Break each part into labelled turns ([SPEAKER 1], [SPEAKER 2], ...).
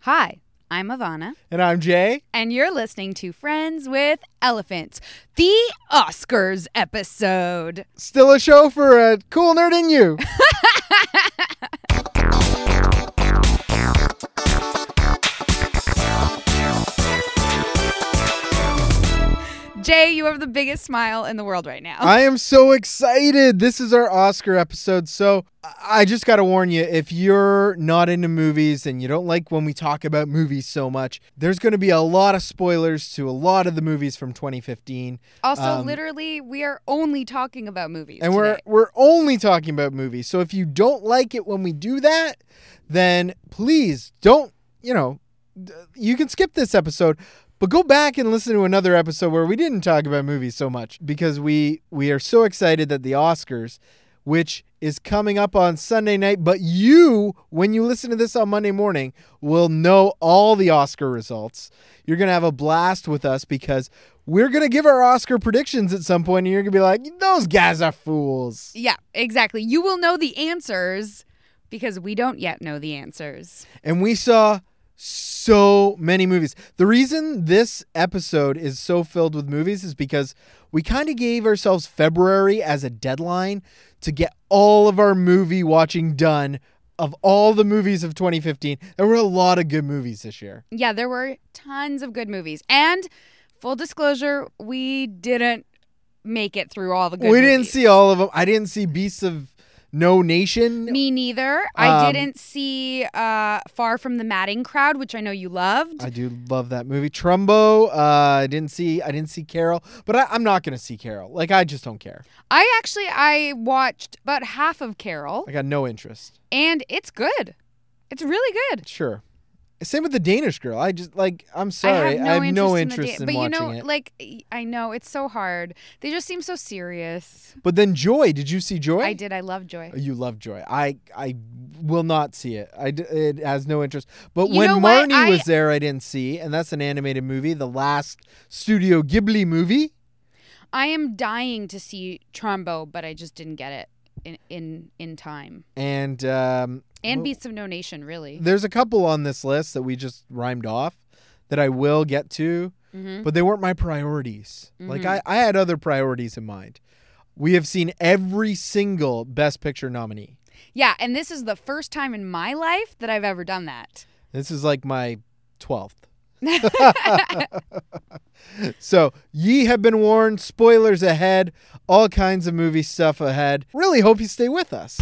[SPEAKER 1] Hi, I'm Ivana,
[SPEAKER 2] And I'm Jay.
[SPEAKER 1] and you're listening to Friends with Elephants, the Oscars episode.
[SPEAKER 2] Still a show for a cool nerd in you.
[SPEAKER 1] Jay, you have the biggest smile in the world right now.
[SPEAKER 2] I am so excited. This is our Oscar episode. So I- I just got to warn you if you're not into movies and you don't like when we talk about movies so much, there's going to be a lot of spoilers to a lot of the movies from 2015.
[SPEAKER 1] also,
[SPEAKER 2] um,
[SPEAKER 1] literally, we are only talking about movies.
[SPEAKER 2] And we're
[SPEAKER 1] today.
[SPEAKER 2] we're only talking about movies. So if you don't like it when we do that, then please don't, you know, d- you can skip this episode, but go back and listen to another episode where we didn't talk about movies so much because we we are so excited that the Oscars which is coming up on Sunday night, but you when you listen to this on Monday morning will know all the Oscar results. You're going to have a blast with us because we're going to give our Oscar predictions at some point and you're going to be like, "Those guys are fools."
[SPEAKER 1] Yeah, exactly. You will know the answers because we don't yet know the answers.
[SPEAKER 2] and we saw so many movies. The reason this episode is so filled with movies is because we kind of gave ourselves February as a deadline to get all of our movie watching done of all the movies of 2015. There were a lot of good movies this year.
[SPEAKER 1] Yeah, there were tons of good movies. And full disclosure, we didn't make it through all the good
[SPEAKER 2] we
[SPEAKER 1] movies.
[SPEAKER 2] didn't see all of them. I didn't see Beasts of No Nation.
[SPEAKER 1] Me neither. I
[SPEAKER 2] Um,
[SPEAKER 1] didn't see uh, Far from the Matting Crowd, which I know you loved.
[SPEAKER 2] I do love that movie. Trumbo. Uh, I didn't see. I didn't see Carol, but I, I'm not gonna see Carol. Like I just don't care.
[SPEAKER 1] I actually I watched about half of Carol,
[SPEAKER 2] I got no interest.
[SPEAKER 1] and it's good. It's really good.
[SPEAKER 2] Sure. Same with the Danish girl. I just like I'm sorry.
[SPEAKER 1] I
[SPEAKER 2] I
[SPEAKER 1] have no interest,
[SPEAKER 2] interest
[SPEAKER 1] in,
[SPEAKER 2] in,
[SPEAKER 1] the da-
[SPEAKER 2] watching
[SPEAKER 1] But you know,
[SPEAKER 2] it.
[SPEAKER 1] like I know it's so hard. They just seem so serious.
[SPEAKER 2] But then Joy, did you see Joy?
[SPEAKER 1] I did. I love Joy.
[SPEAKER 2] Oh, You love Joy. I I will not see it. I d- it has no interest. But
[SPEAKER 1] You
[SPEAKER 2] when
[SPEAKER 1] know what?
[SPEAKER 2] Marnie
[SPEAKER 1] I-
[SPEAKER 2] was there, I didn't see, and that's an animated movie, the last Studio Ghibli movie.
[SPEAKER 1] I am dying to see Trumbo, but I just didn't get it in in in time.
[SPEAKER 2] And um,
[SPEAKER 1] And
[SPEAKER 2] Well-
[SPEAKER 1] Beasts of No Nation, really.
[SPEAKER 2] there's a couple on this list that we just rhymed off that I will get to.
[SPEAKER 1] hmm
[SPEAKER 2] but they weren't my priorities. Like
[SPEAKER 1] Mhm.
[SPEAKER 2] I, I had other priorities in mind. We have seen every single Best Picture nominee.
[SPEAKER 1] Yeah, and this is the first time in my life that I've ever done that.
[SPEAKER 2] This is like my twelfth. so ye have been warned. Spoilers ahead. All kinds of movie stuff ahead. Really hope you stay with us.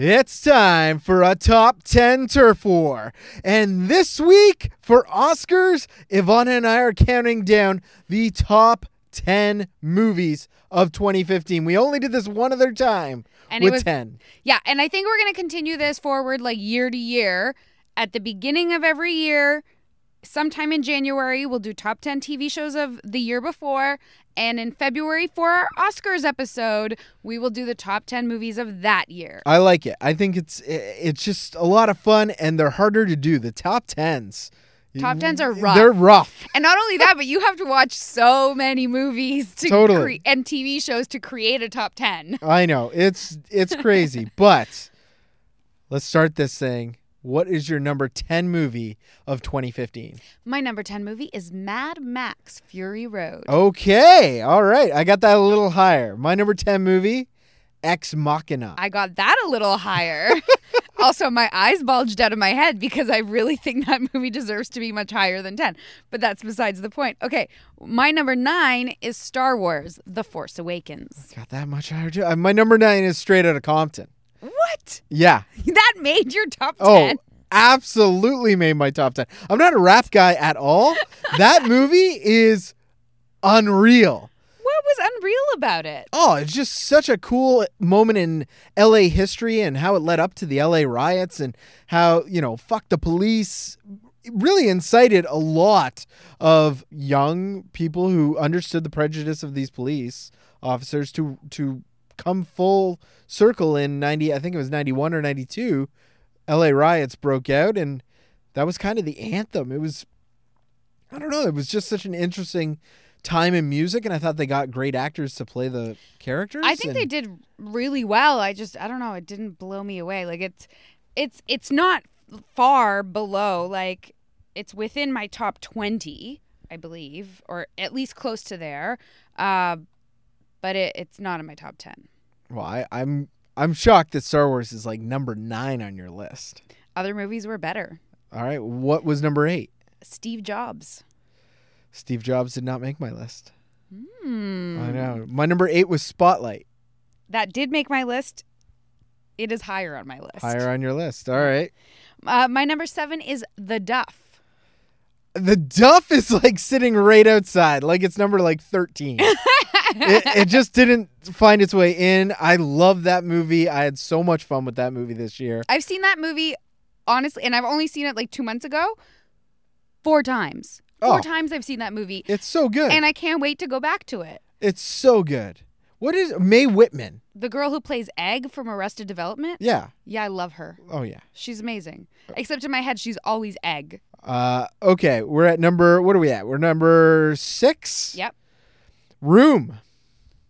[SPEAKER 2] It's time for a top 10 turf war. And this week for Oscars, Ivana and I are counting down the top 10 movies of 2015. We only did this one other time
[SPEAKER 1] And
[SPEAKER 2] with
[SPEAKER 1] it was
[SPEAKER 2] 10.
[SPEAKER 1] Yeah, and I think we're going to continue this forward like year to year. At the beginning of every year, sometime in January, we'll do top 10 TV shows of the year before. And in February, for our Oscars episode, we will do the top 10 movies of that year.
[SPEAKER 2] I like it. I think it's i- it's just a lot of fun and they're harder to do. The top 10s.
[SPEAKER 1] Top 10s are
[SPEAKER 2] They're
[SPEAKER 1] rough.
[SPEAKER 2] rough.
[SPEAKER 1] And not only that, but you have to watch so many movies to
[SPEAKER 2] Totally.
[SPEAKER 1] cre- and TV shows to create a top 10.
[SPEAKER 2] I know. It's it's crazy, but let's start this thing. What is your number 10 movie of 2015?
[SPEAKER 1] My number 10 movie is Mad Max Fury Road.
[SPEAKER 2] Okay. All right. I got that a little higher. My number 10 movie, Ex Machina.
[SPEAKER 1] I got that a little higher. also, my eyes bulged out of my head because I really think that movie deserves to be much higher than 10. But that's besides the point. Okay, my number nine is Star Wars The Force Awakens.
[SPEAKER 2] got that much higher too. Uh, My number 9 is Straight Outta Compton.
[SPEAKER 1] What?
[SPEAKER 2] Yeah.
[SPEAKER 1] That made your top 10.
[SPEAKER 2] Oh, absolutely made my top 10. I'm not a rap guy at all. that movie is unreal.
[SPEAKER 1] What was unreal about it?
[SPEAKER 2] Oh, it's just such a cool moment in LA history and how it led up to the LA riots and how, you know, fuck the police It really incited a lot of young people who understood the prejudice of these police officers to to come full circle in 90 I think it was 91 or 92 LA riots broke out and that was kind of the anthem. It was I don't know, it was just such an interesting time in music and I thought they got great actors to play the characters.
[SPEAKER 1] I think they
[SPEAKER 2] and-
[SPEAKER 1] did really well. I just, I don't know, it didn't blow me away. Like, it's. It's it's not far below. Like it's within my top twenty, I believe, or at least close to there. Uh, but it, it's not in my top ten.
[SPEAKER 2] Well, I, I'm I'm shocked that Star Wars is like number nine on your list.
[SPEAKER 1] Other movies were better.
[SPEAKER 2] All right, what was number eight?
[SPEAKER 1] Steve Jobs.
[SPEAKER 2] Steve Jobs did not make my list.
[SPEAKER 1] Hmm.
[SPEAKER 2] I know. My number eight was Spotlight.
[SPEAKER 1] That did make my list. It is higher on my list.
[SPEAKER 2] Higher on your list. All right.
[SPEAKER 1] Uh, my number seven is The Duff.
[SPEAKER 2] The Duff is like sitting right outside, like it's number like 13. it, it just didn't find its way in. I love that movie. I had so much fun with that movie this year.
[SPEAKER 1] I've seen that movie, honestly, and I've only seen it like two months ago, four times. Four
[SPEAKER 2] Oh.
[SPEAKER 1] times I've seen that movie,
[SPEAKER 2] It's so good.
[SPEAKER 1] and I can't wait to go back to it.
[SPEAKER 2] it's so good. What is Mae Whitman?
[SPEAKER 1] The girl who plays Egg from Arrested Development.
[SPEAKER 2] Yeah.
[SPEAKER 1] Yeah, I love her.
[SPEAKER 2] Oh, yeah.
[SPEAKER 1] She's amazing. Except in my head, she's always Egg.
[SPEAKER 2] Uh, okay. We're at number, what are we at? We're number six.
[SPEAKER 1] Yep.
[SPEAKER 2] Room.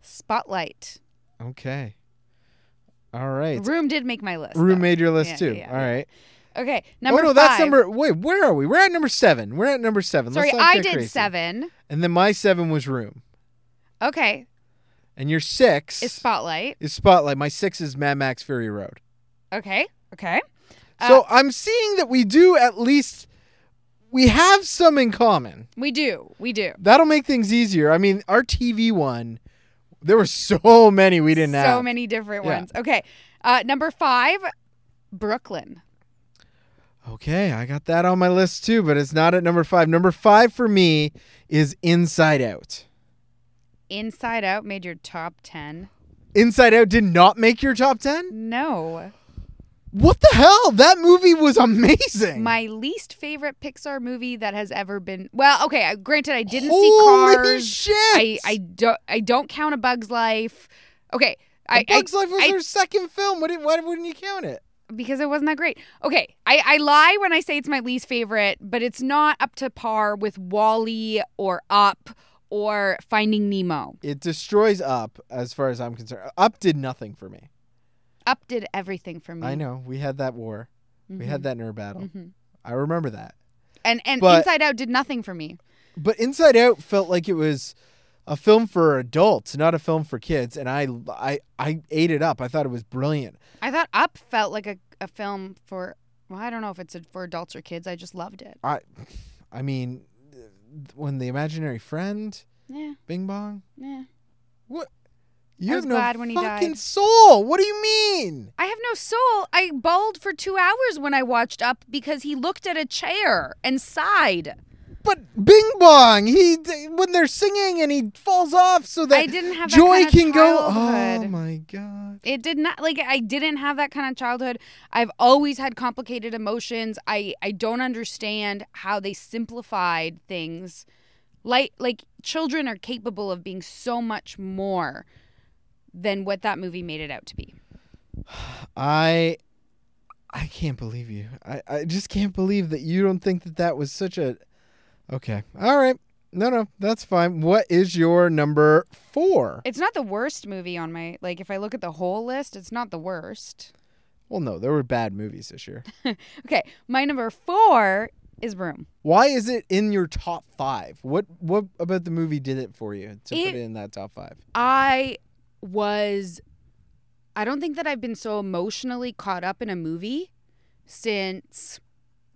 [SPEAKER 1] Spotlight.
[SPEAKER 2] Okay. All right.
[SPEAKER 1] Room did make my list. though.
[SPEAKER 2] Room made your list
[SPEAKER 1] Yeah,
[SPEAKER 2] too.
[SPEAKER 1] yeah, yeah.
[SPEAKER 2] All right.
[SPEAKER 1] Okay, number
[SPEAKER 2] oh no, that's
[SPEAKER 1] five.
[SPEAKER 2] number. Wait, where are we? We're at number seven. We're at number seven.
[SPEAKER 1] Sorry,
[SPEAKER 2] Let's not
[SPEAKER 1] I
[SPEAKER 2] get
[SPEAKER 1] did
[SPEAKER 2] crazy.
[SPEAKER 1] seven.
[SPEAKER 2] And then my seven was room,
[SPEAKER 1] Okay,
[SPEAKER 2] and your six
[SPEAKER 1] is Spotlight.
[SPEAKER 2] is spotlight. My six is Mad Max Fury Road.
[SPEAKER 1] Okay, okay. Uh,
[SPEAKER 2] so I'm seeing that we do at least we have some in common.
[SPEAKER 1] We do. We do.
[SPEAKER 2] That'll make things easier. I mean, our TV one, there were so many we didn't
[SPEAKER 1] so
[SPEAKER 2] have.
[SPEAKER 1] many different
[SPEAKER 2] Yeah.
[SPEAKER 1] ones. Okay. Uh, number five, Brooklyn.
[SPEAKER 2] Okay, I got that on my list too, but it's not at number five. Number five for me is Inside Out.
[SPEAKER 1] Inside Out made your top 10.
[SPEAKER 2] Inside Out did not make your top ten.
[SPEAKER 1] No.
[SPEAKER 2] What the hell? That movie was amazing.
[SPEAKER 1] My least favorite Pixar movie that has ever been. Well, okay. I- Granted, I didn't
[SPEAKER 2] Holy
[SPEAKER 1] see Cars.
[SPEAKER 2] Shit.
[SPEAKER 1] I, I, don't, I don't count A Bug's Life. Okay. I,
[SPEAKER 2] A Bug's Life was
[SPEAKER 1] I-
[SPEAKER 2] their second film. Why, did, why wouldn't you count it?
[SPEAKER 1] I- because it wasn't that great. Okay. I, I lie when I say it's my least favorite, but it's not up to par with Wally or Up or Finding Nemo.
[SPEAKER 2] It destroys Up, as far as I'm concerned. Up did nothing for me.
[SPEAKER 1] Up did everything for me.
[SPEAKER 2] I know we had that war. We had that inner battle.
[SPEAKER 1] Mhm.
[SPEAKER 2] I remember that.
[SPEAKER 1] And and
[SPEAKER 2] But-
[SPEAKER 1] Inside Out did nothing for me.
[SPEAKER 2] But Inside Out felt like it was a film for adults, not a film for kids, and I I I ate it up. I thought it was brilliant.
[SPEAKER 1] I thought Up felt like a, a film for well, I don't know if it's for adults or kids. I just loved it.
[SPEAKER 2] I I mean, when the imaginary friend,
[SPEAKER 1] Yeah,
[SPEAKER 2] Bing Bong,
[SPEAKER 1] yeah.
[SPEAKER 2] you
[SPEAKER 1] I
[SPEAKER 2] have
[SPEAKER 1] was
[SPEAKER 2] no
[SPEAKER 1] glad when he
[SPEAKER 2] fucking
[SPEAKER 1] died.
[SPEAKER 2] soul. What do you mean?
[SPEAKER 1] I have no soul. I bawled for two hours when I watched Up because he looked at a chair and sighed.
[SPEAKER 2] But Bing Bong, he when they're singing and he falls off so that
[SPEAKER 1] I didn't have that
[SPEAKER 2] joy
[SPEAKER 1] kind of
[SPEAKER 2] can go.
[SPEAKER 1] childhood.
[SPEAKER 2] Oh my god!
[SPEAKER 1] It did not like I didn't have that kind of childhood. I've always had complicated emotions. I I don't understand how they simplified things. Like like children are capable of being so much more than what that movie made it out to be.
[SPEAKER 2] I I can't believe you. I I just can't believe that you don't think that that was such a. Okay, all right. No, no, that's fine. What is your number four?
[SPEAKER 1] It's not the worst movie on my like if I look at the whole list, it's not the worst.
[SPEAKER 2] Well, no, there were bad movies this year.
[SPEAKER 1] Okay, my number 4 is Room.
[SPEAKER 2] Why is it in your top five? What what about the movie did it for you to
[SPEAKER 1] It-
[SPEAKER 2] put it in that top five?
[SPEAKER 1] I was I don't think that I've been so emotionally caught up in a movie since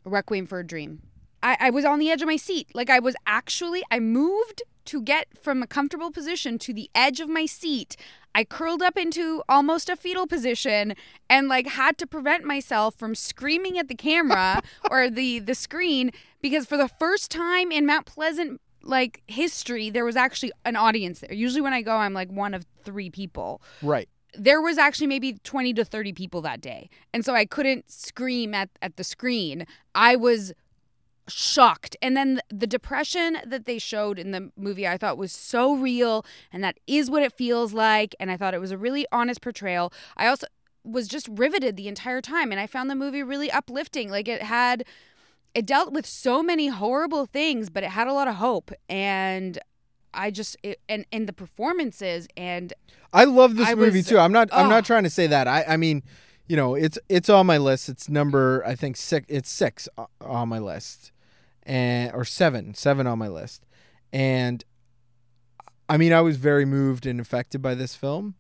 [SPEAKER 1] Requiem for a Dream. I, I was on the edge of my seat. Like I was actually I moved to get from a comfortable position to the edge of my seat. I curled up into almost a fetal position and like had to prevent myself from screaming at the camera or the the screen because for the first time in Mount Pleasant like history there was actually an audience there. Usually when I go I'm like one of 3 people
[SPEAKER 2] Right.
[SPEAKER 1] there was actually maybe 20 to 30 people that day. And so I couldn't scream at, at the screen. I was shocked. And then the, the depression that they showed in the movie I thought was so real. And that is what it feels like. And I thought it was a really honest portrayal. I also was just riveted the entire time. And I found the movie really uplifting. Like it had, it dealt with so many horrible things, but it had a lot of hope. And I just, it, and, and the performances and
[SPEAKER 2] I love this
[SPEAKER 1] I
[SPEAKER 2] movie
[SPEAKER 1] was-
[SPEAKER 2] too. I'm not. I'm
[SPEAKER 1] oh.
[SPEAKER 2] not trying to say that. I. I mean, you know, it's it's on my list. It's number I think six. It's six o- on my list, and or seven, seven on my list, and I mean, I was very moved and affected by this film.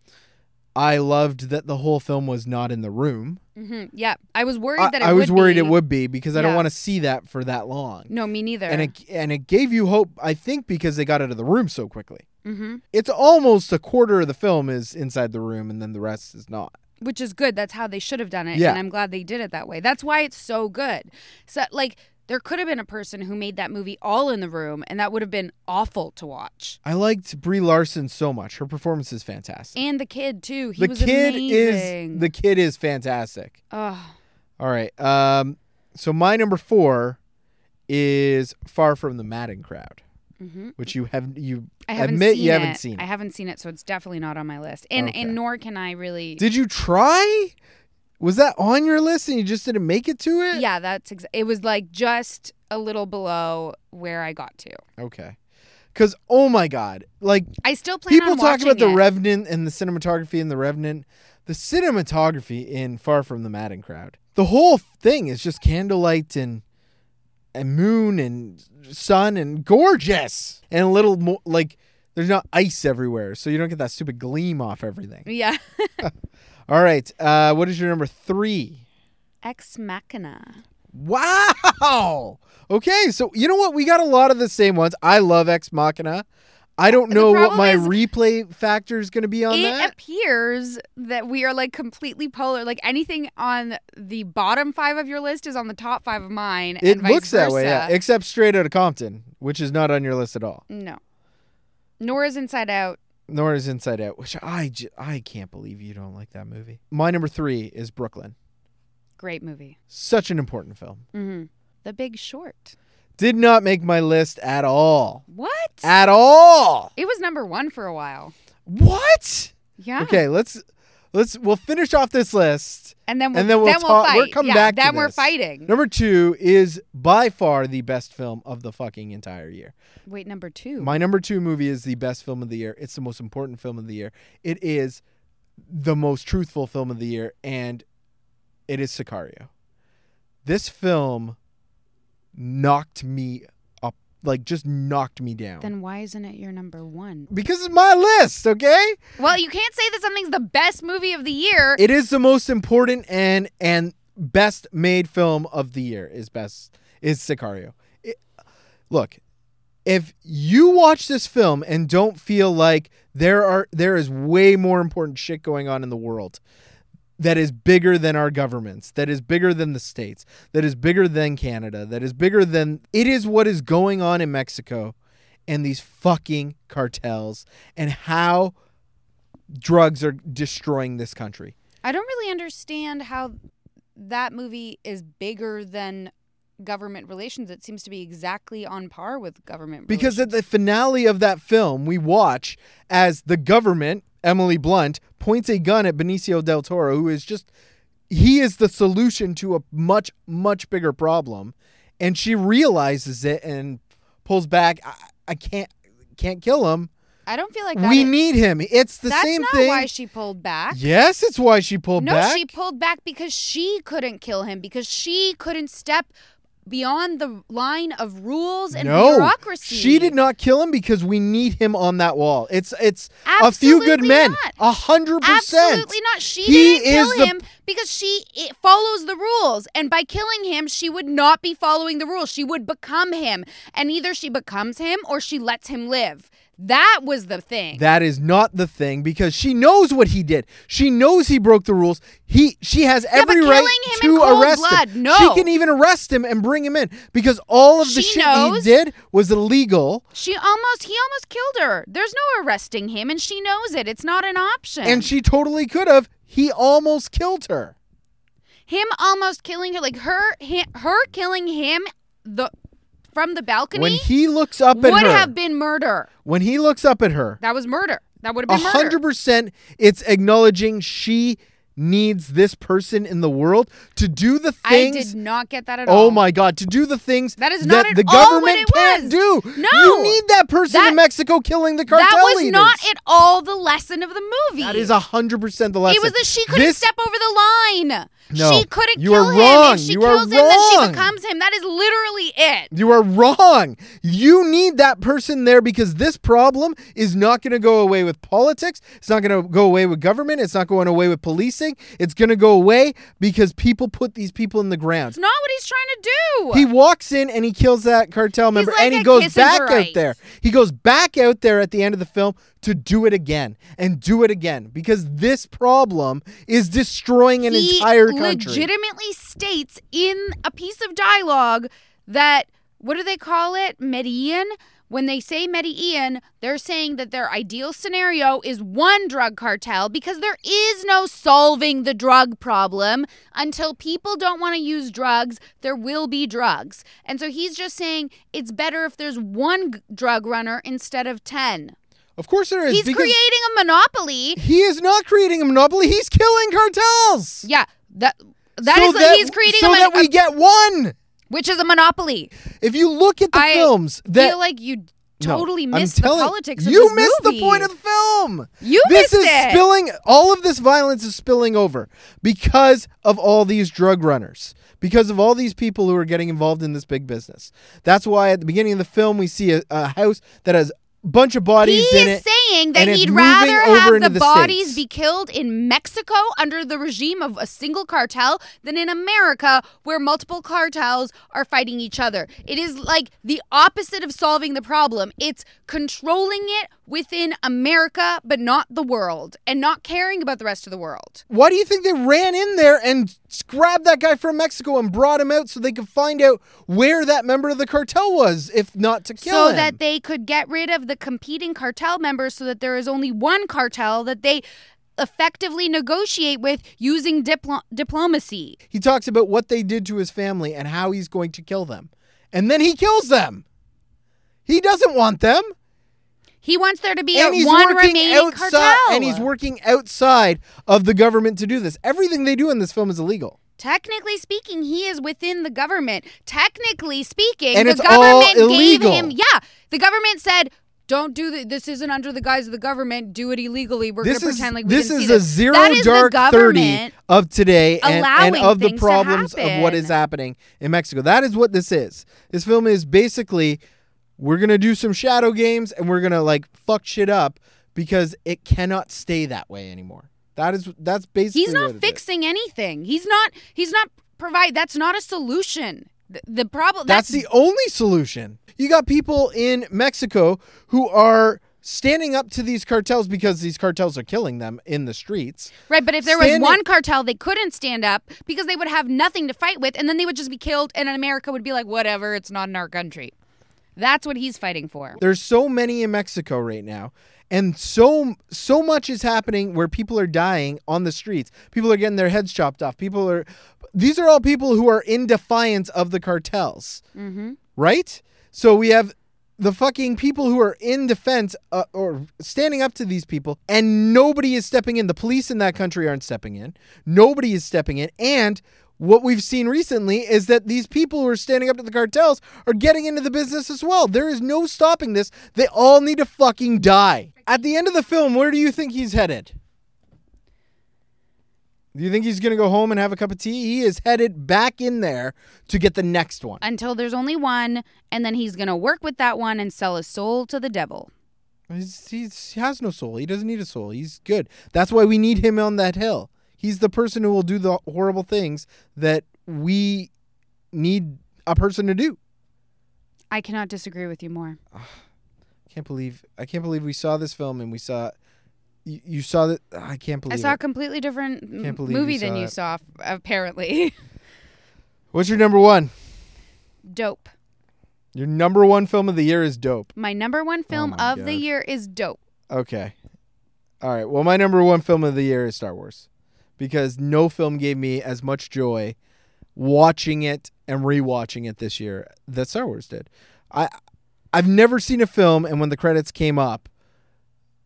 [SPEAKER 2] I loved that the whole film was not in the room.
[SPEAKER 1] hmm Yeah, I was worried
[SPEAKER 2] I,
[SPEAKER 1] that it
[SPEAKER 2] I
[SPEAKER 1] would
[SPEAKER 2] was worried
[SPEAKER 1] be.
[SPEAKER 2] it would be because I don't
[SPEAKER 1] Yeah.
[SPEAKER 2] want to see that for that long.
[SPEAKER 1] No, me neither.
[SPEAKER 2] And it and it gave you hope, I think, because they got out of the room so quickly.
[SPEAKER 1] hmm
[SPEAKER 2] It's almost a quarter of the film is inside the room, and then the rest is not.
[SPEAKER 1] Which is good. That's how they should have done it.
[SPEAKER 2] Yeah.
[SPEAKER 1] And I'm glad they did it that way. That's why it's so good. So like there could have been a person who made that movie all in the room and that would have been awful to watch.
[SPEAKER 2] I liked Brie Larson so much. Her performance is fantastic.
[SPEAKER 1] And the kid too. He
[SPEAKER 2] the
[SPEAKER 1] was
[SPEAKER 2] kid
[SPEAKER 1] amazing.
[SPEAKER 2] is the kid is fantastic.
[SPEAKER 1] oh,
[SPEAKER 2] All right. Um, so my number four is Far from the Madden Crowd,
[SPEAKER 1] hmm
[SPEAKER 2] which you have you
[SPEAKER 1] I haven't
[SPEAKER 2] admit
[SPEAKER 1] seen
[SPEAKER 2] you
[SPEAKER 1] it.
[SPEAKER 2] haven't seen.
[SPEAKER 1] I
[SPEAKER 2] it.
[SPEAKER 1] haven't seen it, so it's definitely not on my list. And
[SPEAKER 2] Okay.
[SPEAKER 1] and nor can I really.
[SPEAKER 2] Did you try? Was that on your list and you just didn't make it to it?
[SPEAKER 1] yeah, that's exa- it was like just a little below where I got to.
[SPEAKER 2] Okay. Because oh my god, like
[SPEAKER 1] I still plan
[SPEAKER 2] people
[SPEAKER 1] on
[SPEAKER 2] talk
[SPEAKER 1] watching
[SPEAKER 2] about the
[SPEAKER 1] it.
[SPEAKER 2] Revenant and the cinematography in the Revenant, the cinematography in Far from the Madden Crowd. The whole thing is just candlelight and and moon and sun and gorgeous and a little more like there's not ice everywhere, so you don't get that stupid gleam off everything.
[SPEAKER 1] yeah,
[SPEAKER 2] All right, uh, what is your number three?
[SPEAKER 1] Ex Machina.
[SPEAKER 2] Wow. Okay, so you know what? We got a lot of the same ones. I love Ex Machina. I don't
[SPEAKER 1] The
[SPEAKER 2] know what
[SPEAKER 1] problem
[SPEAKER 2] my
[SPEAKER 1] is-
[SPEAKER 2] replay factor is going to be on
[SPEAKER 1] it
[SPEAKER 2] that.
[SPEAKER 1] appears that we are like completely polar. Like anything on the bottom five of your list is on the top five of mine.
[SPEAKER 2] It
[SPEAKER 1] and vice
[SPEAKER 2] looks that way, yeah.
[SPEAKER 1] versa.
[SPEAKER 2] Except Straight Outta Compton, which is not on your list at all.
[SPEAKER 1] no, nor is Inside Out.
[SPEAKER 2] Nor is Inside Out, which I, j- I can't believe you don't like that movie. My number three is Brooklyn.
[SPEAKER 1] Great movie.
[SPEAKER 2] Such an important film.
[SPEAKER 1] hmm The Big Short.
[SPEAKER 2] Did not make my list at all.
[SPEAKER 1] What?
[SPEAKER 2] At all.
[SPEAKER 1] it was number one for a while.
[SPEAKER 2] What?
[SPEAKER 1] Yeah.
[SPEAKER 2] Okay, let's let's we'll finish off this list.
[SPEAKER 1] And then we'll,
[SPEAKER 2] And then we'll talk-
[SPEAKER 1] fight.
[SPEAKER 2] we're coming
[SPEAKER 1] yeah,
[SPEAKER 2] back to
[SPEAKER 1] Then we're
[SPEAKER 2] this.
[SPEAKER 1] fighting.
[SPEAKER 2] Number two is by far the best film of the fucking entire year.
[SPEAKER 1] Wait, number two.
[SPEAKER 2] My number two movie is the best film of the year. It's the most important film of the year. It is the most truthful film of the year, and it is Sicario. This film knocked me up, like just knocked me down.
[SPEAKER 1] then why isn't it your number one?
[SPEAKER 2] because it's my list, okay?
[SPEAKER 1] Well, you can't say that something's the best movie of the year.
[SPEAKER 2] It is the most important and and best made film of the year is best is Sicario. It- look, if you watch this film and don't feel like there are there is way more important shit going on in the world that is bigger than our governments, that is bigger than the states, that is bigger than Canada, that is bigger than it is what is going on in Mexico and these fucking cartels and how drugs are destroying this country.
[SPEAKER 1] I don't really understand how that movie is bigger than government relations. It seems to be exactly on par with government
[SPEAKER 2] Because
[SPEAKER 1] relations.
[SPEAKER 2] at the finale of that film, we watch as the government, Emily Blunt, points a gun at Benicio del Toro, who is just, he is the solution to a much, much bigger problem. And she realizes it and pulls back. I, I can't, can't kill him.
[SPEAKER 1] I don't feel like that.
[SPEAKER 2] We
[SPEAKER 1] is-
[SPEAKER 2] need him. It's the
[SPEAKER 1] that's
[SPEAKER 2] same
[SPEAKER 1] not
[SPEAKER 2] thing.
[SPEAKER 1] why she pulled back.
[SPEAKER 2] yes, it's why she pulled
[SPEAKER 1] no,
[SPEAKER 2] back.
[SPEAKER 1] she pulled back because she couldn't kill him because she couldn't step beyond the line of rules and
[SPEAKER 2] no,
[SPEAKER 1] bureaucracy.
[SPEAKER 2] she did not kill him because we need him on that wall. It's it's a few good
[SPEAKER 1] Absolutely
[SPEAKER 2] men,
[SPEAKER 1] not.
[SPEAKER 2] a hundred percent.
[SPEAKER 1] Absolutely not. She
[SPEAKER 2] He
[SPEAKER 1] didn't kill
[SPEAKER 2] is the-
[SPEAKER 1] him because she it follows the rules, and by killing him, she would not be following the rules. She would become him, and either she becomes him or she lets him live. That was the thing.
[SPEAKER 2] That is not the thing because she knows what he did. She knows he broke the rules. He she has
[SPEAKER 1] Yeah, but
[SPEAKER 2] every right to
[SPEAKER 1] killing him in cold
[SPEAKER 2] arrest
[SPEAKER 1] blood,
[SPEAKER 2] him.
[SPEAKER 1] no.
[SPEAKER 2] She can even arrest him and bring him in because all of the
[SPEAKER 1] She
[SPEAKER 2] shit
[SPEAKER 1] knows.
[SPEAKER 2] he did was illegal
[SPEAKER 1] she almost he almost killed her. There's no arresting him, and she knows it. It's not an option.
[SPEAKER 2] and she totally could have. He almost killed her.
[SPEAKER 1] him almost killing her, like her hi- her killing him the from the balcony
[SPEAKER 2] When he looks up at
[SPEAKER 1] would
[SPEAKER 2] her,
[SPEAKER 1] have been murder.
[SPEAKER 2] when he looks up at her,
[SPEAKER 1] That was murder. That would
[SPEAKER 2] a
[SPEAKER 1] have been murder.
[SPEAKER 2] hundred percent, it's acknowledging she needs this person in the world to do the
[SPEAKER 1] I
[SPEAKER 2] things
[SPEAKER 1] did not get that at all.
[SPEAKER 2] Oh my God! To do the things
[SPEAKER 1] That is not
[SPEAKER 2] that
[SPEAKER 1] at
[SPEAKER 2] the
[SPEAKER 1] all
[SPEAKER 2] government
[SPEAKER 1] what it
[SPEAKER 2] can't
[SPEAKER 1] was.
[SPEAKER 2] do.
[SPEAKER 1] No.
[SPEAKER 2] you need that person
[SPEAKER 1] That-
[SPEAKER 2] in Mexico killing the cartel
[SPEAKER 1] That was
[SPEAKER 2] leaders.
[SPEAKER 1] not at all the lesson of the movie.
[SPEAKER 2] That is hundred percent the lesson.
[SPEAKER 1] It was that she couldn't
[SPEAKER 2] This-
[SPEAKER 1] step over the line.
[SPEAKER 2] No,
[SPEAKER 1] she couldn't
[SPEAKER 2] you
[SPEAKER 1] kill
[SPEAKER 2] are
[SPEAKER 1] him.
[SPEAKER 2] wrong.
[SPEAKER 1] If she
[SPEAKER 2] You are
[SPEAKER 1] kills him, then
[SPEAKER 2] wrong.
[SPEAKER 1] she becomes him. That is literally it.
[SPEAKER 2] You are wrong. You need that person there because this problem is not going to go away with politics. It's not going to go away with government. It's not going away with policing. It's going to go away because people put these people in the ground.
[SPEAKER 1] It's not what he's trying to do.
[SPEAKER 2] He walks in and he kills that cartel member
[SPEAKER 1] like
[SPEAKER 2] and he
[SPEAKER 1] a
[SPEAKER 2] goes back
[SPEAKER 1] Kissingerite.
[SPEAKER 2] out there. He goes back out there at the end of the film to do it again and do it again because this problem is destroying an
[SPEAKER 1] He
[SPEAKER 2] entire country.
[SPEAKER 1] legitimately states in a piece of dialogue that what do they call it? Median? When they say Median, they're saying that their ideal scenario is one drug cartel because there is no solving the drug problem. Until people don't want to use drugs, there will be drugs. And so he's just saying it's better if there's one g- drug runner instead of 10.
[SPEAKER 2] of course there is
[SPEAKER 1] He's
[SPEAKER 2] because
[SPEAKER 1] creating a monopoly.
[SPEAKER 2] he is not creating a monopoly. He's killing cartels.
[SPEAKER 1] Yeah, that that
[SPEAKER 2] so
[SPEAKER 1] is like he's creating
[SPEAKER 2] so
[SPEAKER 1] a, mon-
[SPEAKER 2] that we get one.
[SPEAKER 1] which is a monopoly.
[SPEAKER 2] If you look at the
[SPEAKER 1] I
[SPEAKER 2] films that
[SPEAKER 1] feel like you
[SPEAKER 2] No,
[SPEAKER 1] totally
[SPEAKER 2] I'm
[SPEAKER 1] missed the
[SPEAKER 2] telling-
[SPEAKER 1] politics of
[SPEAKER 2] you
[SPEAKER 1] this
[SPEAKER 2] missed
[SPEAKER 1] movie.
[SPEAKER 2] the point of the film.
[SPEAKER 1] You
[SPEAKER 2] this
[SPEAKER 1] missed
[SPEAKER 2] is
[SPEAKER 1] it.
[SPEAKER 2] spilling all of this violence is spilling over because of all these drug runners because of all these people who are getting involved in this big business that's why at the beginning of the film we see a, a house that has a bunch of
[SPEAKER 1] he
[SPEAKER 2] bodies in
[SPEAKER 1] is
[SPEAKER 2] it
[SPEAKER 1] saying that
[SPEAKER 2] and it's
[SPEAKER 1] he'd
[SPEAKER 2] moving
[SPEAKER 1] rather
[SPEAKER 2] over
[SPEAKER 1] have
[SPEAKER 2] into
[SPEAKER 1] the,
[SPEAKER 2] the
[SPEAKER 1] bodies
[SPEAKER 2] States.
[SPEAKER 1] be killed in Mexico under the regime of a single cartel than in America where multiple cartels are fighting each other. It is like the opposite of solving the problem. It's controlling it within America but not the world and not caring about the rest of the world.
[SPEAKER 2] why do you think they ran in there and s- grabbed that guy from mexico and brought him out so they could find out where that member of the cartel was if not to kill
[SPEAKER 1] so
[SPEAKER 2] him
[SPEAKER 1] that they could get rid of the competing cartel members so that there is only one cartel that they effectively negotiate with using diplo- diplomacy.
[SPEAKER 2] he talks about what they did to his family and how he's going to kill them and then he kills them he doesn't want them
[SPEAKER 1] He wants there to be
[SPEAKER 2] and
[SPEAKER 1] a
[SPEAKER 2] he's
[SPEAKER 1] one
[SPEAKER 2] working
[SPEAKER 1] remaining
[SPEAKER 2] outside,
[SPEAKER 1] cartel.
[SPEAKER 2] and he's working outside of the government to do this. Everything they do in this film is illegal,
[SPEAKER 1] Technically speaking, he is within the government. Technically speaking,
[SPEAKER 2] And
[SPEAKER 1] the
[SPEAKER 2] it's all
[SPEAKER 1] government gave
[SPEAKER 2] illegal.
[SPEAKER 1] him. Yeah, the government said, "Don't do th- this. Isn't under the guise of the government. Do it illegally. We're going
[SPEAKER 2] this
[SPEAKER 1] to
[SPEAKER 2] is
[SPEAKER 1] pretend like we
[SPEAKER 2] this
[SPEAKER 1] didn't
[SPEAKER 2] is
[SPEAKER 1] see
[SPEAKER 2] a
[SPEAKER 1] this."
[SPEAKER 2] zero
[SPEAKER 1] That is the
[SPEAKER 2] dark thirty
[SPEAKER 1] government
[SPEAKER 2] of today, and, and
[SPEAKER 1] allowing
[SPEAKER 2] of the
[SPEAKER 1] things to
[SPEAKER 2] problems of
[SPEAKER 1] happen.
[SPEAKER 2] what is happening in Mexico. That is what this is. This film is basically we're gonna do some shadow games and we're gonna like fuck shit up because it cannot stay that way anymore. That is that's basically
[SPEAKER 1] he's
[SPEAKER 2] what
[SPEAKER 1] not
[SPEAKER 2] it is.
[SPEAKER 1] fixing anything he's not he's not provide that's not a solution the, the problem
[SPEAKER 2] That's, the only solution. You got people in Mexico who are standing up to these cartels because these cartels are killing them in the streets.
[SPEAKER 1] right but if there
[SPEAKER 2] standing-
[SPEAKER 1] was one cartel they couldn't stand up because they would have nothing to fight with and then they would just be killed and america would be like whatever it's not in our country that's what he's fighting for
[SPEAKER 2] There's so many in Mexico right now. And so so much is happening where people are dying on the streets. People are getting their heads chopped off. People are these are all people who are in defiance of the cartels.
[SPEAKER 1] mm-hmm.
[SPEAKER 2] right? So we have the fucking people who are in defense uh, or standing up to these people, and nobody is stepping in. The police in that country aren't stepping in. Nobody is stepping in. And what we've seen recently is that these people who are standing up to the cartels are getting into the business as well. There is no stopping this. They all need to fucking die. At the end of the film, where do you think he's headed? Do you think he's going to go home and have a cup of tea? He is headed back in there to get the next one.
[SPEAKER 1] until there's only one and then he's gonna work with that one and sell his soul to the devil
[SPEAKER 2] He's, he's, he has no soul. He doesn't need a soul. He's good. That's why we need him on that hill. He's the person who will do the horrible things that we need a person to do.
[SPEAKER 1] i cannot disagree with you more
[SPEAKER 2] Can't believe I can't believe we saw this film and we saw you, you saw that I can't believe
[SPEAKER 1] i saw a
[SPEAKER 2] it.
[SPEAKER 1] completely different m-
[SPEAKER 2] Can't believe
[SPEAKER 1] movie
[SPEAKER 2] you
[SPEAKER 1] than
[SPEAKER 2] saw
[SPEAKER 1] you
[SPEAKER 2] it.
[SPEAKER 1] saw apparently
[SPEAKER 2] What's your number 1?
[SPEAKER 1] dope
[SPEAKER 2] Your number 1 film of the year is Dope.
[SPEAKER 1] my number one film
[SPEAKER 2] Oh my
[SPEAKER 1] of the
[SPEAKER 2] God.
[SPEAKER 1] year is dope
[SPEAKER 2] Okay. All right. Well, my number 1 film of the year is Star Wars because no film gave me as much joy watching it and rewatching it this year that Star Wars did. I I've never seen a film and when the credits came up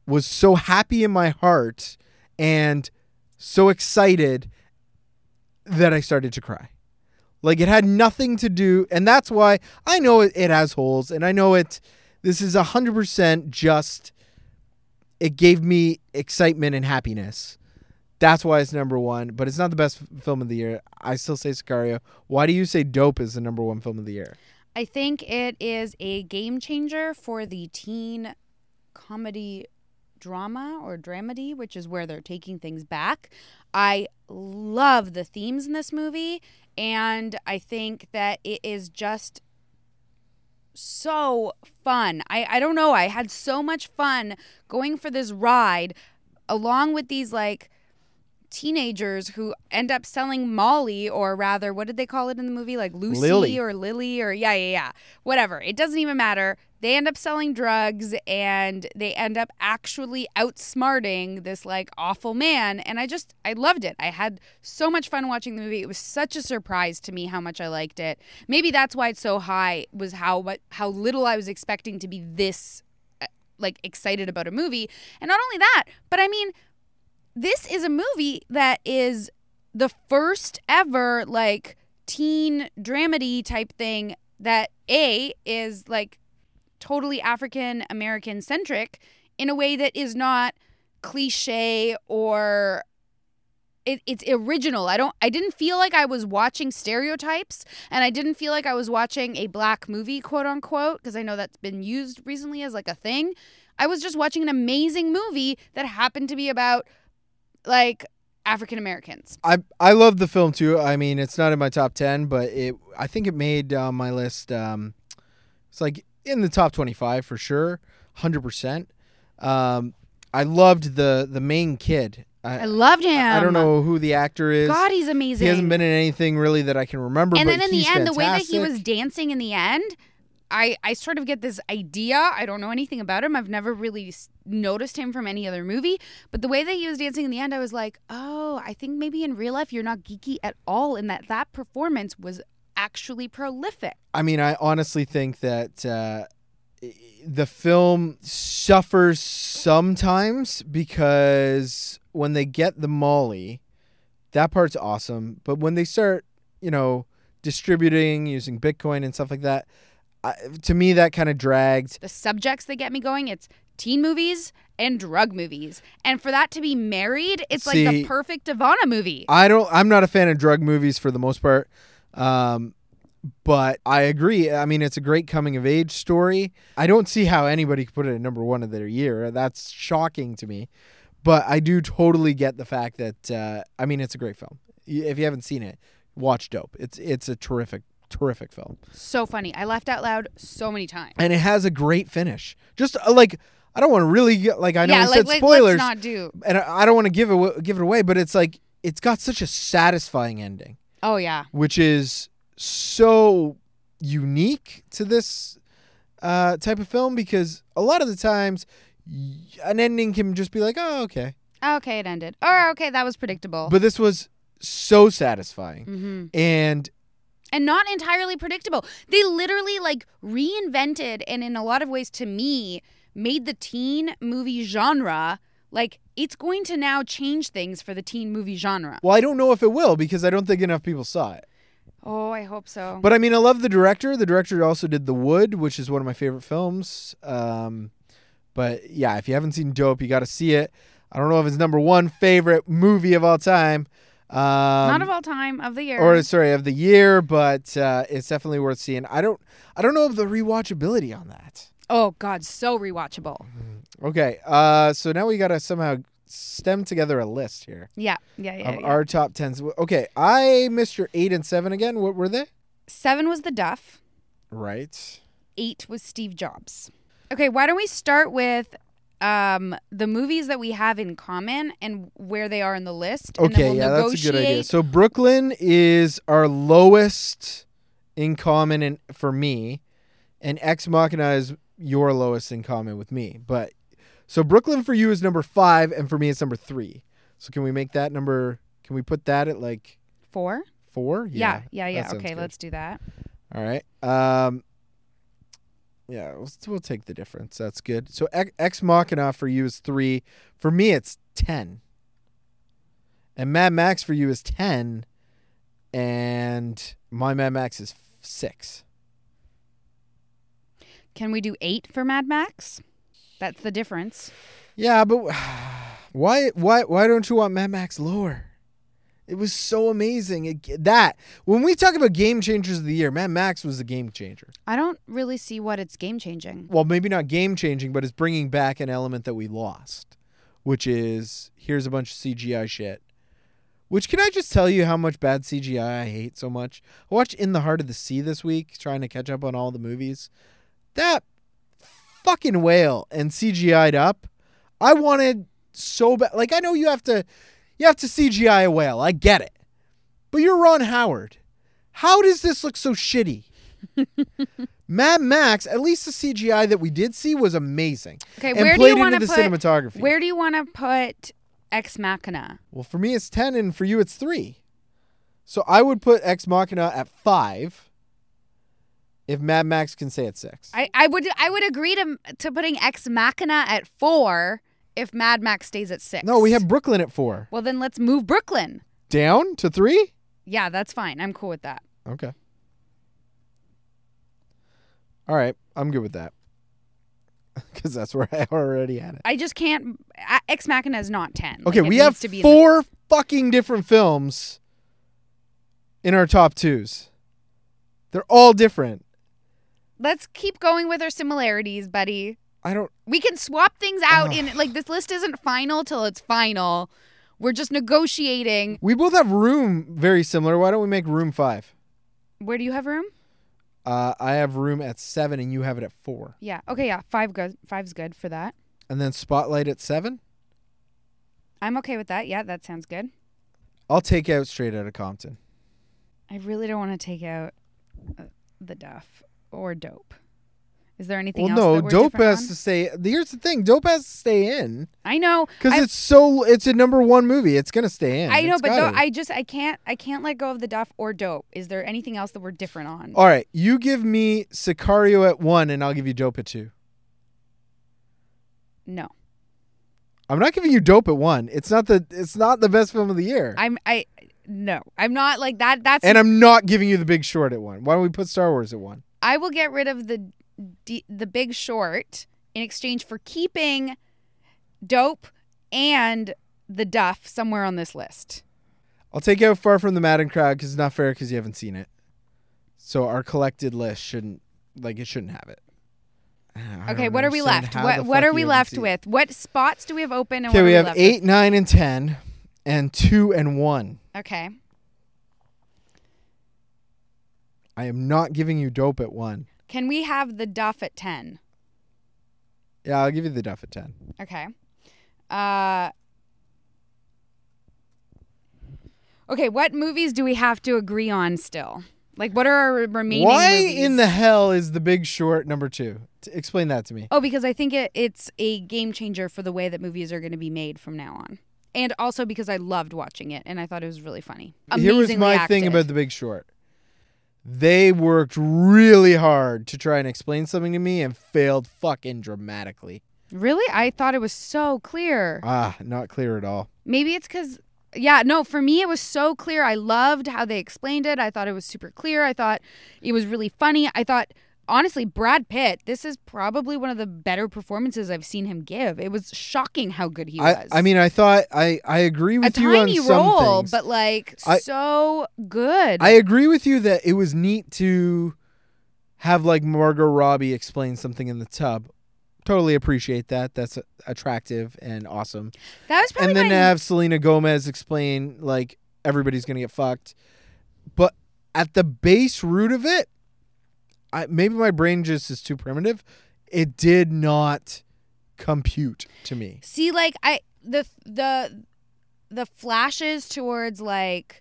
[SPEAKER 2] was so happy in my heart and so excited that I started to cry. Like it had nothing to do, and that's why I know it, it has holes, and I know it. This is hundred percent just. It gave me excitement and happiness. That's why it's number one, but it's not the best f- film of the year. I still say Sicario. Why do you say Dope is the number one film of the year?
[SPEAKER 1] I think it is a game changer for the teen comedy drama or dramedy, which is where they're taking things back. I love the themes in this movie, and I think that it is just so fun. I, I don't know. I had so much fun going for this ride along with these like teenagers who end up selling Molly or rather what did they call it in the movie like Lucy
[SPEAKER 2] Lily.
[SPEAKER 1] or Lily or yeah yeah yeah whatever it doesn't even matter they end up selling drugs and they end up actually outsmarting this like awful man and I just I loved it I had so much fun watching the movie it was such a surprise to me how much I liked it maybe that's why it's so high was how what how little I was expecting to be this uh, like excited about a movie and not only that but I mean this is a movie that is the first ever like teen dramedy type thing that a is like totally African American centric in a way that is not cliche or it, it's original. I don't I didn't feel like I was watching stereotypes and I didn't feel like I was watching a black movie quote unquote because I know that's been used recently as like a thing. I was just watching an amazing movie that happened to be about like African Americans.
[SPEAKER 2] I I love the film too. I mean, it's not in my top ten, but it I think it made uh, my list. Um, it's like in the top twenty five for sure, hundred percent. Um, I loved the the main kid. I,
[SPEAKER 1] I loved him.
[SPEAKER 2] I don't know who the actor is.
[SPEAKER 1] God, he's amazing.
[SPEAKER 2] he hasn't been in anything really that I can remember.
[SPEAKER 1] and
[SPEAKER 2] but
[SPEAKER 1] then in the
[SPEAKER 2] he's
[SPEAKER 1] end, the way that he
[SPEAKER 2] fantastic.
[SPEAKER 1] was dancing in the end, I I sort of get this idea. I don't know anything about him. I've never really s- noticed him from any other movie, but the way that he was dancing in the end, I was like, "Oh, I think maybe in real life you're not geeky at all and that that performance was actually prolific."
[SPEAKER 2] I mean, I honestly think that uh, the film suffers sometimes because when they get the Molly, that part's awesome. But when they start, you know, distributing using Bitcoin and stuff like that, I, to me, that kind of dragged.
[SPEAKER 1] the subjects that get me going it's teen movies and drug movies and for that to be married it's like the
[SPEAKER 2] See-
[SPEAKER 1] perfect ivana movie
[SPEAKER 2] I don't. I'm not a fan of drug movies for the most part, um, but I agree. I mean, it's a great coming of age story. I don't see how anybody could put it at number one of their year. That's shocking to me, but I do totally get the fact that. Uh, I mean, it's a great film. Y- If you haven't seen it, watch Dope. It's it's a terrific terrific film,
[SPEAKER 1] so funny i laughed out loud so many times
[SPEAKER 2] and it has a great finish. Just uh, like I don't want to really get, like I know
[SPEAKER 1] yeah
[SPEAKER 2] we
[SPEAKER 1] like,
[SPEAKER 2] said
[SPEAKER 1] like
[SPEAKER 2] spoilers,
[SPEAKER 1] let's not do
[SPEAKER 2] and I, I don't want to give it give it away, but it's like it's got such a satisfying ending
[SPEAKER 1] oh yeah
[SPEAKER 2] which is so unique to this uh, type of film because a lot of the times y- an ending can just be like, oh, okay.
[SPEAKER 1] okay it ended or okay that was predictable
[SPEAKER 2] But this was so satisfying.
[SPEAKER 1] hmm
[SPEAKER 2] And
[SPEAKER 1] and not entirely predictable. They literally like reinvented and in a lot of ways to me made the teen movie genre like it's going to now change things for the teen movie genre.
[SPEAKER 2] well, I don't know if it will because I don't think enough people saw it.
[SPEAKER 1] Oh, I hope so.
[SPEAKER 2] But I mean, I love the director. The director also did The Wood, which is one of my favorite films. Um, but yeah, if you haven't seen Dope, you got to see it. I don't know if it's number one favorite movie of all time. Um,
[SPEAKER 1] not of all time of the year.
[SPEAKER 2] or sorry of the year, but uh, it's definitely worth seeing. I don't I don't know of the rewatchability on that.
[SPEAKER 1] Oh God, so rewatchable.
[SPEAKER 2] Okay, uh, so now we gotta somehow stem together a list here
[SPEAKER 1] Yeah, yeah, yeah.
[SPEAKER 2] of
[SPEAKER 1] yeah.
[SPEAKER 2] Um, our top tens. Okay, I missed your eight and seven again. What were they?
[SPEAKER 1] Seven was the Duff.
[SPEAKER 2] Right.
[SPEAKER 1] Eight was Steve Jobs. Okay, why don't we start with um, the movies that we have in common and where they are in the list? and
[SPEAKER 2] Okay,
[SPEAKER 1] then we'll
[SPEAKER 2] yeah, that's a
[SPEAKER 1] negotiate
[SPEAKER 2] good idea. So Brooklyn is our lowest in common in, for me, and Ex Machina is your lowest in common with me. But so Brooklyn for you is number five, and for me it's number three. So can we make that number? Can we put that at like
[SPEAKER 1] Four.
[SPEAKER 2] four?
[SPEAKER 1] Yeah, yeah,
[SPEAKER 2] that
[SPEAKER 1] yeah.
[SPEAKER 2] sounds
[SPEAKER 1] Okay,
[SPEAKER 2] good.
[SPEAKER 1] let's do that.
[SPEAKER 2] All right. Um. Yeah, we'll, we'll take the difference. That's good. So Ex, Ex Machina for you is three. For me, it's ten. and Mad Max for you is ten, and my Mad Max is f- six.
[SPEAKER 1] Can we do eight for Mad Max? That's the difference.
[SPEAKER 2] Yeah, but why why why don't you want Mad Max lower? It was so amazing. It, that when we talk about game changers of the year, Mad Max was a game changer.
[SPEAKER 1] I don't really see what it's game changing.
[SPEAKER 2] Well, maybe not game changing, but it's bringing back an element that we lost, which is here's a bunch of CGI shit. Which can I just tell you how much bad CGI I hate so much? I watched In the Heart of the Sea this week, trying to catch up on all the movies. That fucking whale and CGI'd up. I wanted so bad. Like I know you have to, you have to CGI a whale. I get it, but you're Ron Howard. How does this look so shitty? Mad Max, at least the CGI that we did see was amazing.
[SPEAKER 1] Okay,
[SPEAKER 2] and
[SPEAKER 1] where do
[SPEAKER 2] played
[SPEAKER 1] you want
[SPEAKER 2] into
[SPEAKER 1] to
[SPEAKER 2] the
[SPEAKER 1] put?
[SPEAKER 2] cinematography.
[SPEAKER 1] Where do you want to put Ex Machina?
[SPEAKER 2] Well, for me it's ten, and for you it's three. So I would put Ex Machina at five. If Mad Max can say at six,
[SPEAKER 1] I, I would I would agree to to putting Ex Machina at four if Mad Max stays at six.
[SPEAKER 2] no, we have Brooklyn at four.
[SPEAKER 1] Well, then let's move Brooklyn.
[SPEAKER 2] Down to three.
[SPEAKER 1] Yeah, that's fine. I'm cool with that.
[SPEAKER 2] Okay. All right, I'm good with that. Because that's where I already had it.
[SPEAKER 1] I just can't. I- Ex Machina is not ten.
[SPEAKER 2] Okay,
[SPEAKER 1] Like, it
[SPEAKER 2] we have
[SPEAKER 1] needs to be in the-
[SPEAKER 2] four fucking different films in our top twos. They're all different.
[SPEAKER 1] let's keep going with our similarities, buddy.
[SPEAKER 2] I don't.
[SPEAKER 1] We can swap things out.
[SPEAKER 2] Ugh.
[SPEAKER 1] In like this list isn't final till it's final. We're just negotiating.
[SPEAKER 2] We both have room very similar. Why don't we make room five?
[SPEAKER 1] Where do you have room?
[SPEAKER 2] Uh, I have room at seven, and you have it at four,
[SPEAKER 1] Yeah. Okay. Yeah. Five good. Five's good for that.
[SPEAKER 2] and then Spotlight at seven.
[SPEAKER 1] I'm okay with that. Yeah, that sounds good.
[SPEAKER 2] I'll take out Straight Outta Compton.
[SPEAKER 1] I really don't want to take out uh, the duff or dope. Is there anything
[SPEAKER 2] Well,
[SPEAKER 1] else?
[SPEAKER 2] no,
[SPEAKER 1] that we're
[SPEAKER 2] Dope
[SPEAKER 1] different
[SPEAKER 2] has
[SPEAKER 1] on?
[SPEAKER 2] to stay. Here's the thing: Dope has to stay in.
[SPEAKER 1] I know.
[SPEAKER 2] Because
[SPEAKER 1] I-
[SPEAKER 2] it's so it's a number one movie. It's gonna stay in.
[SPEAKER 1] I know,
[SPEAKER 2] It's
[SPEAKER 1] but though,
[SPEAKER 2] gotta.
[SPEAKER 1] I just I can't I can't let go of the duff or dope. Is there anything else that we're different on?
[SPEAKER 2] all right, you give me Sicario at one, and I'll give you Dope at two.
[SPEAKER 1] no.
[SPEAKER 2] I'm not giving you Dope at one. It's not the it's not the best film of the year,
[SPEAKER 1] I'm I no. I'm not like that. That's
[SPEAKER 2] and uh, I'm not giving you The Big Short at one. Why don't we put Star Wars at one?
[SPEAKER 1] I will get rid of the D, the Big Short in exchange for keeping Dope and the Duff somewhere on this list.
[SPEAKER 2] I'll take out Far From the Madden Crowd because it's not fair because you haven't seen it. So our collected list shouldn't like it shouldn't have it. I
[SPEAKER 1] Okay,
[SPEAKER 2] don't
[SPEAKER 1] what are we
[SPEAKER 2] understand
[SPEAKER 1] left?
[SPEAKER 2] how the
[SPEAKER 1] What what
[SPEAKER 2] fuck
[SPEAKER 1] are
[SPEAKER 2] you
[SPEAKER 1] we
[SPEAKER 2] haven't
[SPEAKER 1] left
[SPEAKER 2] seen it.
[SPEAKER 1] with? What spots do we have open? And
[SPEAKER 2] Okay,
[SPEAKER 1] what
[SPEAKER 2] we
[SPEAKER 1] are
[SPEAKER 2] have
[SPEAKER 1] left with?
[SPEAKER 2] eight, nine, and ten, and two and one.
[SPEAKER 1] Okay,
[SPEAKER 2] I am not giving you Dope at one.
[SPEAKER 1] can we have the Duff at ten?
[SPEAKER 2] Yeah, I'll give you the Duff at 10.
[SPEAKER 1] Okay. Uh. Okay, what movies do we have to agree on still? Like, what are our remaining?
[SPEAKER 2] Why
[SPEAKER 1] movies?
[SPEAKER 2] in the hell is The Big Short number two? T- explain that to me.
[SPEAKER 1] Oh, because I think it, it's a game changer for the way that movies are going to be made from now on. And also because I loved watching it and I thought it was really funny.
[SPEAKER 2] Here was
[SPEAKER 1] Amazingly
[SPEAKER 2] my
[SPEAKER 1] acted.
[SPEAKER 2] thing about The Big Short. They worked really hard to try and explain something to me and failed fucking dramatically.
[SPEAKER 1] Really? I thought it was so clear.
[SPEAKER 2] Ah, not clear at all.
[SPEAKER 1] Maybe it's because, yeah, no, for me, it was so clear. I loved how they explained it. I thought it was super clear. I thought it was really funny. I thought, honestly, Brad Pitt, this is probably one of the better performances I've seen him give. It was shocking how good he
[SPEAKER 2] I,
[SPEAKER 1] was.
[SPEAKER 2] I mean, I thought I, I agree
[SPEAKER 1] a
[SPEAKER 2] with you
[SPEAKER 1] tiny
[SPEAKER 2] on some
[SPEAKER 1] role,
[SPEAKER 2] things.
[SPEAKER 1] but like
[SPEAKER 2] I-
[SPEAKER 1] so good.
[SPEAKER 2] I agree with you that it was neat to have like Margot Robbie explain something in the tub. Totally appreciate that. That's uh, attractive and awesome.
[SPEAKER 1] that was probably
[SPEAKER 2] and then
[SPEAKER 1] my
[SPEAKER 2] to have Selena Gomez explain like everybody's gonna get fucked, but at the base root of it, I, maybe my brain just is too primitive. It did not compute to me.
[SPEAKER 1] See, like I the the the flashes towards like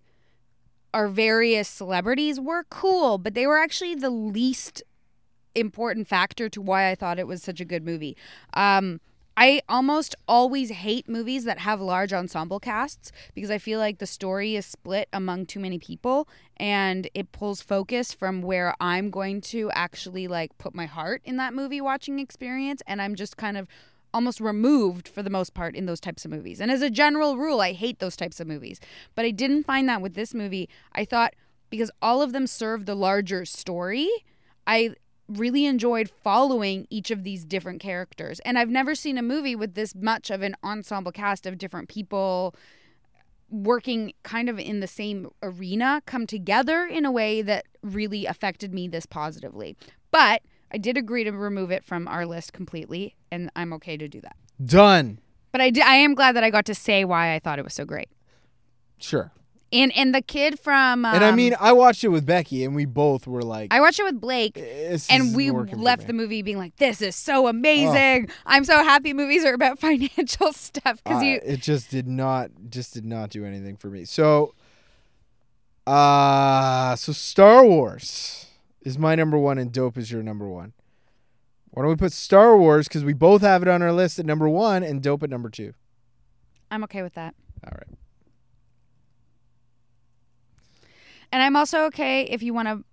[SPEAKER 1] our various celebrities were cool, but they were actually the least important factor to why I thought it was such a good movie. Um I almost always hate movies that have large ensemble casts because I feel like the story is split among too many people and it pulls focus from where I'm going to actually like put my heart in that movie watching experience and I'm just kind of almost removed for the most part in those types of movies. And as a general rule, I hate those types of movies. But I didn't find that with this movie. I thought because all of them serve the larger story, I really enjoyed following each of these different characters. And I've never seen a movie with this much of an ensemble cast of different people working kind of in the same arena come together in a way that really affected me this positively. But I did agree to remove it from our list completely, and I'm okay to do that.
[SPEAKER 2] Done.
[SPEAKER 1] But I, d- I am glad that I got to say why I thought it was so great.
[SPEAKER 2] Sure.
[SPEAKER 1] And and the kid from um,
[SPEAKER 2] and I mean, I watched it with Becky, and we both were like, "Eh,
[SPEAKER 1] I watched it with Blake,
[SPEAKER 2] "This
[SPEAKER 1] and
[SPEAKER 2] isn't
[SPEAKER 1] we
[SPEAKER 2] working for
[SPEAKER 1] left
[SPEAKER 2] me." Oh.
[SPEAKER 1] the movie being like, "This is so amazing! I'm so happy movies are about financial stuff." Because
[SPEAKER 2] Uh,
[SPEAKER 1] you,
[SPEAKER 2] it just did not just did not do anything for me. So uh so Star Wars is my number 1 and Dope is your number 1. Why don't we put Star Wars cuz we both have it on our list at number 1 and Dope at number 2.
[SPEAKER 1] I'm okay with that,
[SPEAKER 2] All right.
[SPEAKER 1] and I'm also okay if you want to.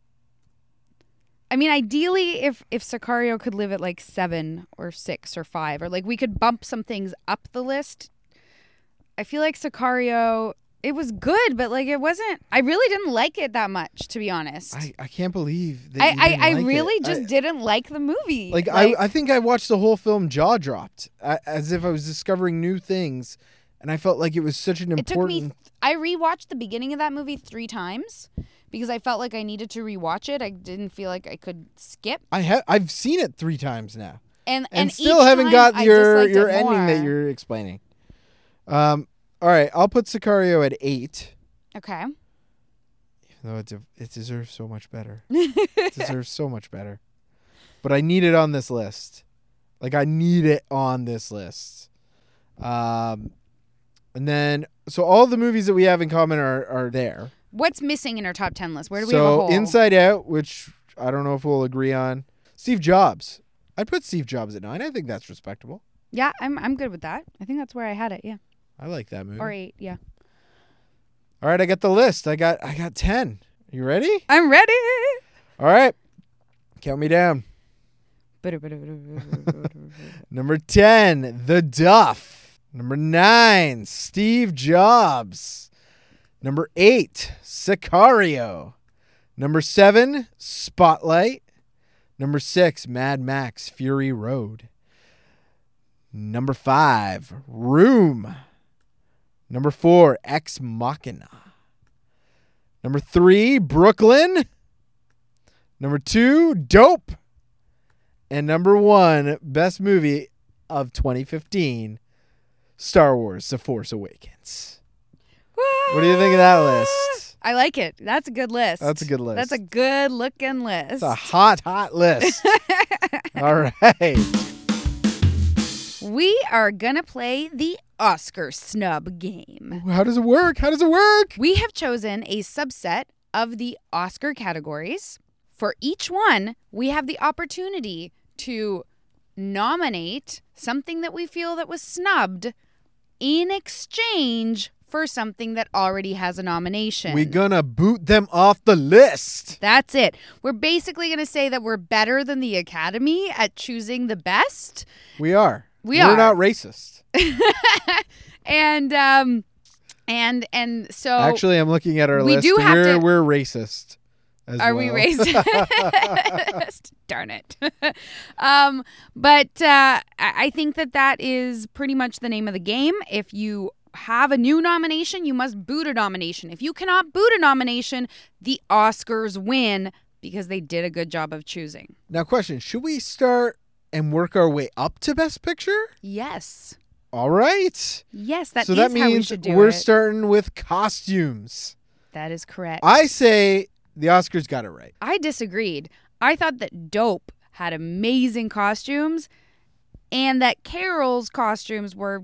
[SPEAKER 1] I mean, ideally, if if Sicario could live at like seven or six or five, or like we could bump some things up the list. I feel like Sicario. It was good, but like it wasn't. I really didn't like it that much, to be honest.
[SPEAKER 2] I, I can't believe that
[SPEAKER 1] I,
[SPEAKER 2] you
[SPEAKER 1] I,
[SPEAKER 2] didn't
[SPEAKER 1] I
[SPEAKER 2] like it.
[SPEAKER 1] really
[SPEAKER 2] I-
[SPEAKER 1] just didn't like the movie.
[SPEAKER 2] like, I, I think I watched the whole film jaw dropped a- as if I was discovering new things and I felt like it was such an
[SPEAKER 1] it took me.
[SPEAKER 2] important
[SPEAKER 1] Th- I rewatched the beginning of that movie three times because I felt like I needed to rewatch it. I didn't feel like I could skip.
[SPEAKER 2] I ha- I've seen it 3 times now.
[SPEAKER 1] And
[SPEAKER 2] and,
[SPEAKER 1] and,
[SPEAKER 2] still
[SPEAKER 1] each
[SPEAKER 2] haven't
[SPEAKER 1] time,
[SPEAKER 2] got
[SPEAKER 1] I
[SPEAKER 2] your
[SPEAKER 1] disliked it
[SPEAKER 2] your ending that
[SPEAKER 1] more.
[SPEAKER 2] you're explaining. Um, all right, I'll put Sicario at eight,
[SPEAKER 1] okay.
[SPEAKER 2] even though it de- it deserves so much better. it deserves so much better, but I need it on this list. Like I need it on this list. Um, and then so all the movies that we have in common are are there.
[SPEAKER 1] What's missing in our top ten list? Where do we have a
[SPEAKER 2] so
[SPEAKER 1] hole?
[SPEAKER 2] Inside Out, which I don't know if we'll agree on. Steve Jobs. I'd put Steve Jobs at nine. I think that's respectable.
[SPEAKER 1] yeah, I'm I'm good with that. I think that's where I had it. Yeah,
[SPEAKER 2] I like that movie.
[SPEAKER 1] or eight. Yeah,
[SPEAKER 2] All right, I got the list. I got I got 10. You ready?
[SPEAKER 1] I'm ready.
[SPEAKER 2] All right. Count me down. Number 10, The Duff. Number 9, Steve Jobs. Number 8, Sicario. Number 7, Spotlight. Number 6, Mad Max Fury Road. Number 5, Room. Number 4, Ex Machina. Number 3, Brooklyn. Number 2, Dope. And number one, best movie of 2015, Star Wars The Force Awakens. What do you think of that list?
[SPEAKER 1] I like it. That's a good list.
[SPEAKER 2] That's a good list.
[SPEAKER 1] That's a good looking list.
[SPEAKER 2] It's a hot, hot list. All right.
[SPEAKER 1] We are going to play the Oscar snub game.
[SPEAKER 2] How does it work? How does it work?
[SPEAKER 1] We have chosen a subset of the Oscar categories. For each one, we have the opportunity to nominate something that we feel that was snubbed in exchange for something that already has a nomination.
[SPEAKER 2] We gonna boot them off the list.
[SPEAKER 1] That's it. We're basically going to say that we're better than the Academy at choosing the best.
[SPEAKER 2] We are.
[SPEAKER 1] We
[SPEAKER 2] We're
[SPEAKER 1] are.
[SPEAKER 2] not racist.
[SPEAKER 1] And um and and so
[SPEAKER 2] Actually, I'm looking at our
[SPEAKER 1] We
[SPEAKER 2] list.
[SPEAKER 1] do have
[SPEAKER 2] we're,
[SPEAKER 1] to-
[SPEAKER 2] we're racist. as
[SPEAKER 1] Are we
[SPEAKER 2] well.
[SPEAKER 1] racist? Darn it. um, but uh, I I think that that is pretty much the name of the game. If you have a new nomination, you must boot a nomination. If you cannot boot a nomination, the Oscars win because they did a good job of choosing.
[SPEAKER 2] Now, question: Should we start and work our way up to Best Picture?
[SPEAKER 1] Yes.
[SPEAKER 2] All right.
[SPEAKER 1] Yes, that is
[SPEAKER 2] so that
[SPEAKER 1] how we
[SPEAKER 2] means
[SPEAKER 1] should do
[SPEAKER 2] are
[SPEAKER 1] it.
[SPEAKER 2] starting with costumes.
[SPEAKER 1] that is correct.
[SPEAKER 2] I say the Oscars got it right.
[SPEAKER 1] I disagreed. I thought that Dope had amazing costumes and that Carol's costumes were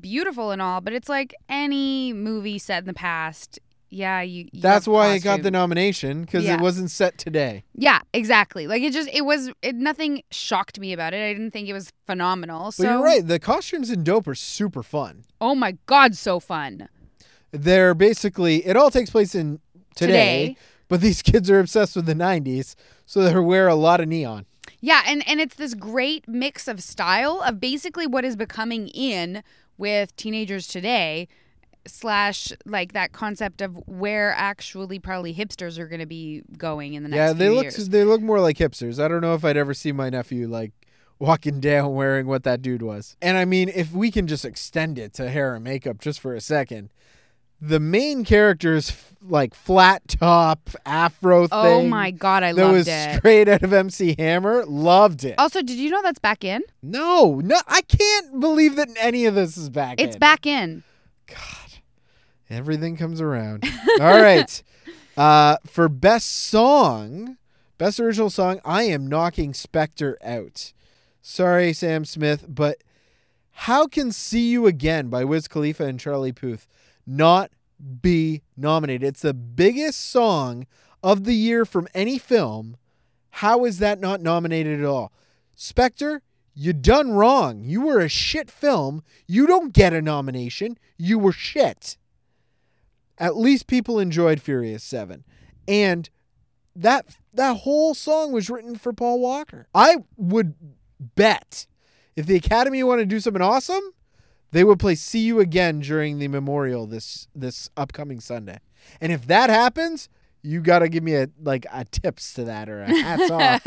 [SPEAKER 1] beautiful and all, but it's like any movie set in the past. Yeah, you. you
[SPEAKER 2] That's
[SPEAKER 1] have
[SPEAKER 2] why it
[SPEAKER 1] costume.
[SPEAKER 2] got the nomination because
[SPEAKER 1] Yeah.
[SPEAKER 2] it wasn't set today.
[SPEAKER 1] Yeah, exactly. Like it just, it was, it, nothing shocked me about it. I didn't think it was phenomenal. So,
[SPEAKER 2] But you're right. The costumes in Dope are super fun.
[SPEAKER 1] oh my God, so fun.
[SPEAKER 2] They're basically it all takes place in today,
[SPEAKER 1] Today.
[SPEAKER 2] but these kids are obsessed with the '90s, so they wear a lot of neon.
[SPEAKER 1] Yeah, and and it's this great mix of style of basically what is becoming in with teenagers today slash like that concept of where actually probably hipsters are going to be going in the next
[SPEAKER 2] yeah, they
[SPEAKER 1] few
[SPEAKER 2] look
[SPEAKER 1] years.
[SPEAKER 2] they look more like hipsters. I don't know if I'd ever see my nephew like walking down wearing what that dude was. And I mean, if we can just extend it to hair and makeup just for a second, the main character's f- like flat top afro thing.
[SPEAKER 1] oh my god, I
[SPEAKER 2] that
[SPEAKER 1] loved
[SPEAKER 2] was
[SPEAKER 1] it. Oh.
[SPEAKER 2] straight out of MC Hammer. Loved it.
[SPEAKER 1] also, did you know that's back in?
[SPEAKER 2] No, no, I can't believe that any of this is back.
[SPEAKER 1] It's
[SPEAKER 2] in.
[SPEAKER 1] back in.
[SPEAKER 2] God, everything comes around. All right. Uh, for best song, best original song, I am knocking Spectre out. Sorry, Sam Smith, but how can See You Again by Wiz Khalifa and Charlie Puth not be nominated? It's the biggest song of the year from any film. How is that not nominated at all? Spectre, you done wrong. You were a shit film. You don't get a nomination. You were shit. At least people enjoyed Furious 7. And that that whole song was written for Paul Walker. I would bet if the Academy wanted to do something awesome, they would play See You Again during the memorial this this upcoming Sunday. And if that happens, you got to give me a like a tips to that or a hats off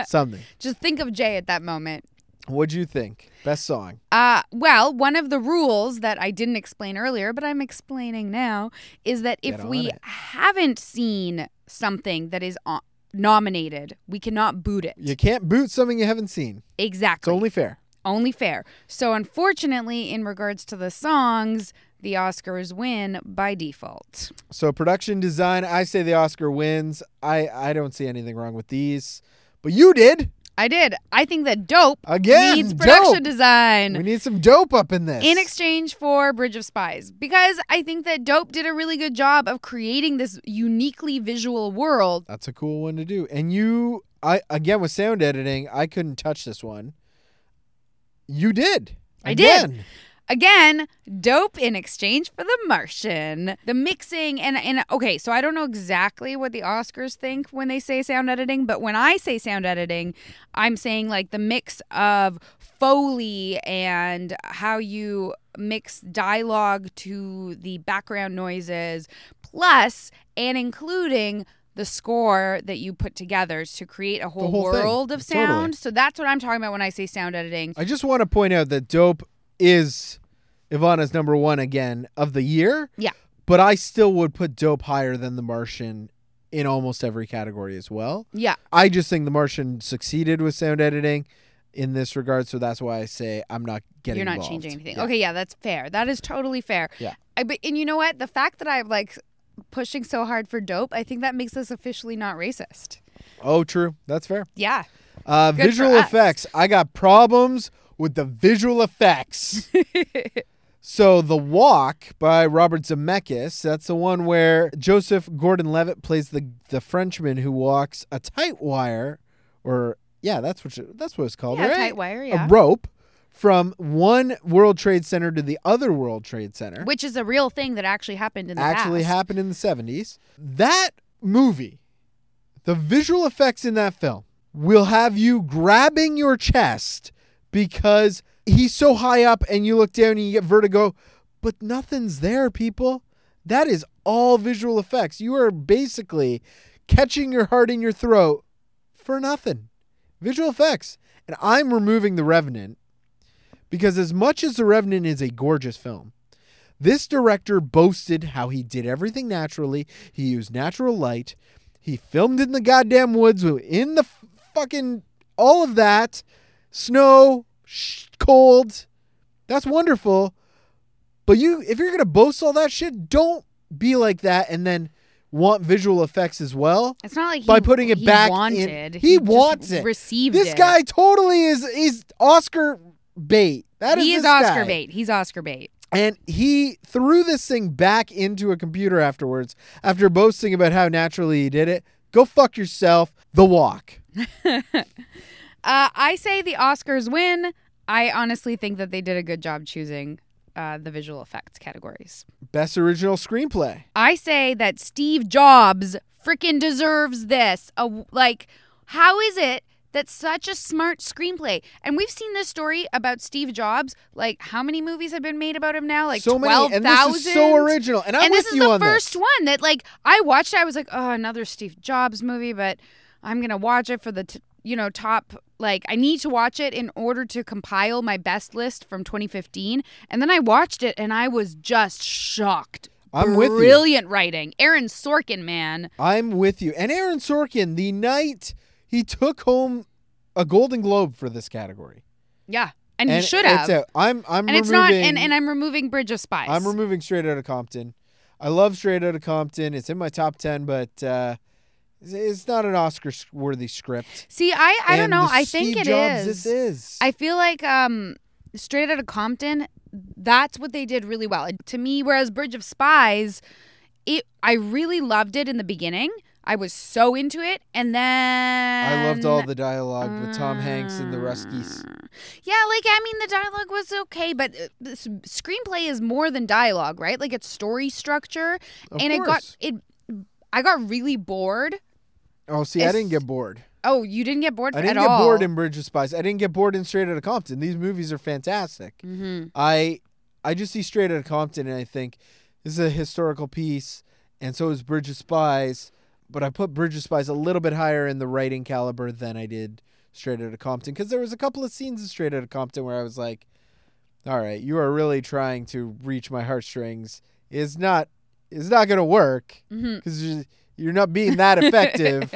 [SPEAKER 2] or something.
[SPEAKER 1] Just think of Jay at that moment.
[SPEAKER 2] What'd you think? Best song.
[SPEAKER 1] Uh, well, one of the rules that I didn't explain earlier, but I'm explaining now, is that
[SPEAKER 2] Get
[SPEAKER 1] if
[SPEAKER 2] on
[SPEAKER 1] we
[SPEAKER 2] it.
[SPEAKER 1] haven't seen something that is o- nominated, we cannot boot it.
[SPEAKER 2] You can't boot something you haven't seen. It's
[SPEAKER 1] exactly.
[SPEAKER 2] only fair.
[SPEAKER 1] Only fair. So, unfortunately, in regards to the songs, the Oscars win by default.
[SPEAKER 2] So production design, I say the Oscar wins. I I don't see anything wrong with these, but you did
[SPEAKER 1] I did. I think that Dope
[SPEAKER 2] again.
[SPEAKER 1] needs production
[SPEAKER 2] dope. We
[SPEAKER 1] design
[SPEAKER 2] need some dope up in this.
[SPEAKER 1] in exchange for Bridge of Spies because I think that Dope did a really good job of creating this uniquely visual world
[SPEAKER 2] That's a cool one to do. And you, I again with sound editing, I couldn't touch this one. You did.
[SPEAKER 1] I did.
[SPEAKER 2] Again.
[SPEAKER 1] Again, dope in exchange for the Martian. The mixing and and okay, so I don't know exactly what the Oscars think when they say sound editing, but when I say sound editing, I'm saying like the mix of foley and how you mix dialogue to the background noises plus and including the score that you put together to create a whole,
[SPEAKER 2] whole thing.
[SPEAKER 1] world of
[SPEAKER 2] Totally.
[SPEAKER 1] sound. So that's what I'm talking about when I say sound editing.
[SPEAKER 2] I just want to point out that Dope is Ivana's number one again of the year.
[SPEAKER 1] Yeah.
[SPEAKER 2] But I still would put Dope higher than The Martian in almost every category as well.
[SPEAKER 1] Yeah.
[SPEAKER 2] I just think The Martian succeeded with sound editing in this regard, so that's why I say I'm not getting.
[SPEAKER 1] you're not
[SPEAKER 2] involved.
[SPEAKER 1] changing anything.
[SPEAKER 2] Yeah.
[SPEAKER 1] Okay, yeah, that's fair. That is totally fair.
[SPEAKER 2] Yeah.
[SPEAKER 1] I, but and you know what? The fact that I'm like pushing so hard for dope, I think that makes us officially not racist.
[SPEAKER 2] Oh, true. That's fair.
[SPEAKER 1] Yeah.
[SPEAKER 2] Uh,
[SPEAKER 1] Good for
[SPEAKER 2] visual
[SPEAKER 1] us.
[SPEAKER 2] effects. I got problems with the visual effects. so the walk by Robert Zemeckis. That's the one where Joseph Gordon-Levitt plays the the Frenchman who walks a tight wire, or yeah, that's what you- that's what it's called,
[SPEAKER 1] yeah,
[SPEAKER 2] right?
[SPEAKER 1] tight wire, yeah.
[SPEAKER 2] A rope from one World Trade Center to the other World Trade Center.
[SPEAKER 1] Which is a real thing that actually happened in the
[SPEAKER 2] actually
[SPEAKER 1] past.
[SPEAKER 2] happened in the 70s. That movie, the visual effects in that film will have you grabbing your chest because he's so high up and you look down and you get vertigo, but nothing's there, people. That is all visual effects. You are basically catching your heart in your throat for nothing. Visual effects. And I'm removing The Revenant because, as much as The Revenant is a gorgeous film, this director boasted how he did everything naturally. He used natural light. He filmed in the goddamn woods in the f- fucking all of that snow, sh- cold. That's wonderful. But you if you're going to boast all that shit, don't be like that and then want visual effects as well.
[SPEAKER 1] It's not like he,
[SPEAKER 2] By putting it
[SPEAKER 1] he
[SPEAKER 2] back in-
[SPEAKER 1] wanted.
[SPEAKER 2] he
[SPEAKER 1] just
[SPEAKER 2] wants it.
[SPEAKER 1] Received
[SPEAKER 2] This
[SPEAKER 1] it.
[SPEAKER 2] guy totally is is Oscar bait. That is
[SPEAKER 1] he is
[SPEAKER 2] this
[SPEAKER 1] Oscar
[SPEAKER 2] guy.
[SPEAKER 1] bait. He's Oscar bait.
[SPEAKER 2] And he threw this thing back into a computer afterwards after boasting about how naturally he did it. Go fuck yourself. The walk.
[SPEAKER 1] Uh, I say the Oscars win. I honestly think that they did a good job choosing uh, the visual effects categories.
[SPEAKER 2] Best original screenplay.
[SPEAKER 1] I say that Steve Jobs freaking deserves this. A, like, how is it That's such a smart screenplay. And we've seen this story about Steve Jobs. Like, how many movies have been made about him now? Like
[SPEAKER 2] so many,
[SPEAKER 1] twelve
[SPEAKER 2] and this
[SPEAKER 1] thousand.
[SPEAKER 2] is so original. And I'm
[SPEAKER 1] and
[SPEAKER 2] with
[SPEAKER 1] this is
[SPEAKER 2] you
[SPEAKER 1] the
[SPEAKER 2] on
[SPEAKER 1] first
[SPEAKER 2] this.
[SPEAKER 1] one that like I watched. I was like, oh, another Steve Jobs movie, but I'm gonna watch it for the t- you know top. Like I need to watch it in order to compile my best list from 2015. And then I watched it, and I was just shocked.
[SPEAKER 2] I'm with you.
[SPEAKER 1] Brilliant writing, Aaron Sorkin, man.
[SPEAKER 2] I'm with you. And Aaron Sorkin, the night he took home a Golden Globe for this category,
[SPEAKER 1] Yeah, and, he should
[SPEAKER 2] it's
[SPEAKER 1] have.
[SPEAKER 2] out. I'm I'm
[SPEAKER 1] and
[SPEAKER 2] removing,
[SPEAKER 1] it's not. And, and I'm removing Bridge of Spies.
[SPEAKER 2] I'm removing Straight Outta Compton. I love Straight Outta Compton. It's in my top ten, but uh, it's- it's not an Oscar-worthy script.
[SPEAKER 1] See, I I don't
[SPEAKER 2] And
[SPEAKER 1] know.
[SPEAKER 2] the
[SPEAKER 1] I think
[SPEAKER 2] Steve
[SPEAKER 1] it is.
[SPEAKER 2] Jobs This is.
[SPEAKER 1] I feel like um straight out of Compton, that's what they did really well. To me, whereas Bridge of Spies, it I really loved it in the beginning. I was so into it and then
[SPEAKER 2] I loved all the dialogue with Tom Hanks and the
[SPEAKER 1] Mm.
[SPEAKER 2] Ruskies.
[SPEAKER 1] Yeah, like I mean the dialogue was okay, but uh, this screenplay is more than dialogue, right? Like it's story structure
[SPEAKER 2] Of
[SPEAKER 1] and
[SPEAKER 2] course.
[SPEAKER 1] it got it I got really bored.
[SPEAKER 2] Oh, see, I
[SPEAKER 1] it's-
[SPEAKER 2] didn't get bored.
[SPEAKER 1] Oh, you didn't get bored
[SPEAKER 2] I didn't
[SPEAKER 1] at
[SPEAKER 2] get
[SPEAKER 1] all.
[SPEAKER 2] bored in Bridge of Spies. I didn't get bored in Straight Outta Compton. These movies are fantastic.
[SPEAKER 1] hmm
[SPEAKER 2] I I just see Straight Outta Compton and I think this is a historical piece, and so is Bridge of Spies. But I put Bridge of Spies a little bit higher in the writing caliber than I did Straight Outta Compton because there was a couple of scenes in Straight Outta Compton where I was like, "All right, you are really trying to reach my heartstrings. It's not it's not gonna work
[SPEAKER 1] hmm
[SPEAKER 2] because you're, you're not being that effective."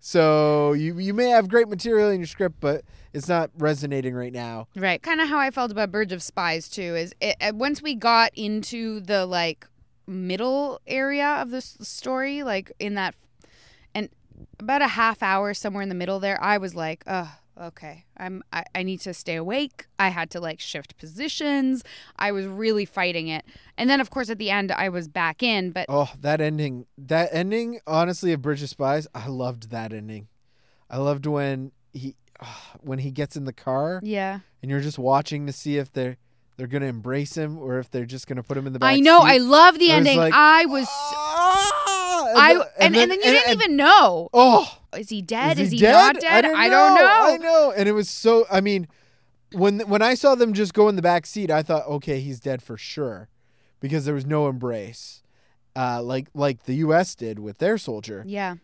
[SPEAKER 2] So you you may have great material in your script, but it's not resonating right now.
[SPEAKER 1] Right. Kind of how I felt about Bridge of Spies too is it, uh, once we got into the like middle area of this story, like in that and about a half hour somewhere in the middle there, I was like, "Oh, okay. I'm I, I need to stay awake. I had to like shift positions. I was really fighting it." And then of course at the end I was back in, but
[SPEAKER 2] Oh, that ending. That ending, honestly, of Bridge of Spies, I loved that ending. I loved when he ah, when he gets in the car
[SPEAKER 1] yeah.
[SPEAKER 2] and you're just watching to see if they're they're gonna embrace him or if they're just gonna put him in the back.
[SPEAKER 1] I know. I
[SPEAKER 2] seat.
[SPEAKER 1] love the
[SPEAKER 2] I was
[SPEAKER 1] ending.
[SPEAKER 2] like,
[SPEAKER 1] I was
[SPEAKER 2] Ah!
[SPEAKER 1] I
[SPEAKER 2] the-
[SPEAKER 1] and, and, then you didn't
[SPEAKER 2] and-
[SPEAKER 1] even know.
[SPEAKER 2] Oh,
[SPEAKER 1] Is he dead?
[SPEAKER 2] is
[SPEAKER 1] Is he,
[SPEAKER 2] dead?
[SPEAKER 1] not dead?
[SPEAKER 2] I don't,
[SPEAKER 1] know.
[SPEAKER 2] I know. And it was so. I mean, when when I saw them just go in the back seat, I thought, okay, he's dead for sure, because there was no embrace, uh, like like the U.S. did with their soldier.
[SPEAKER 1] Yeah.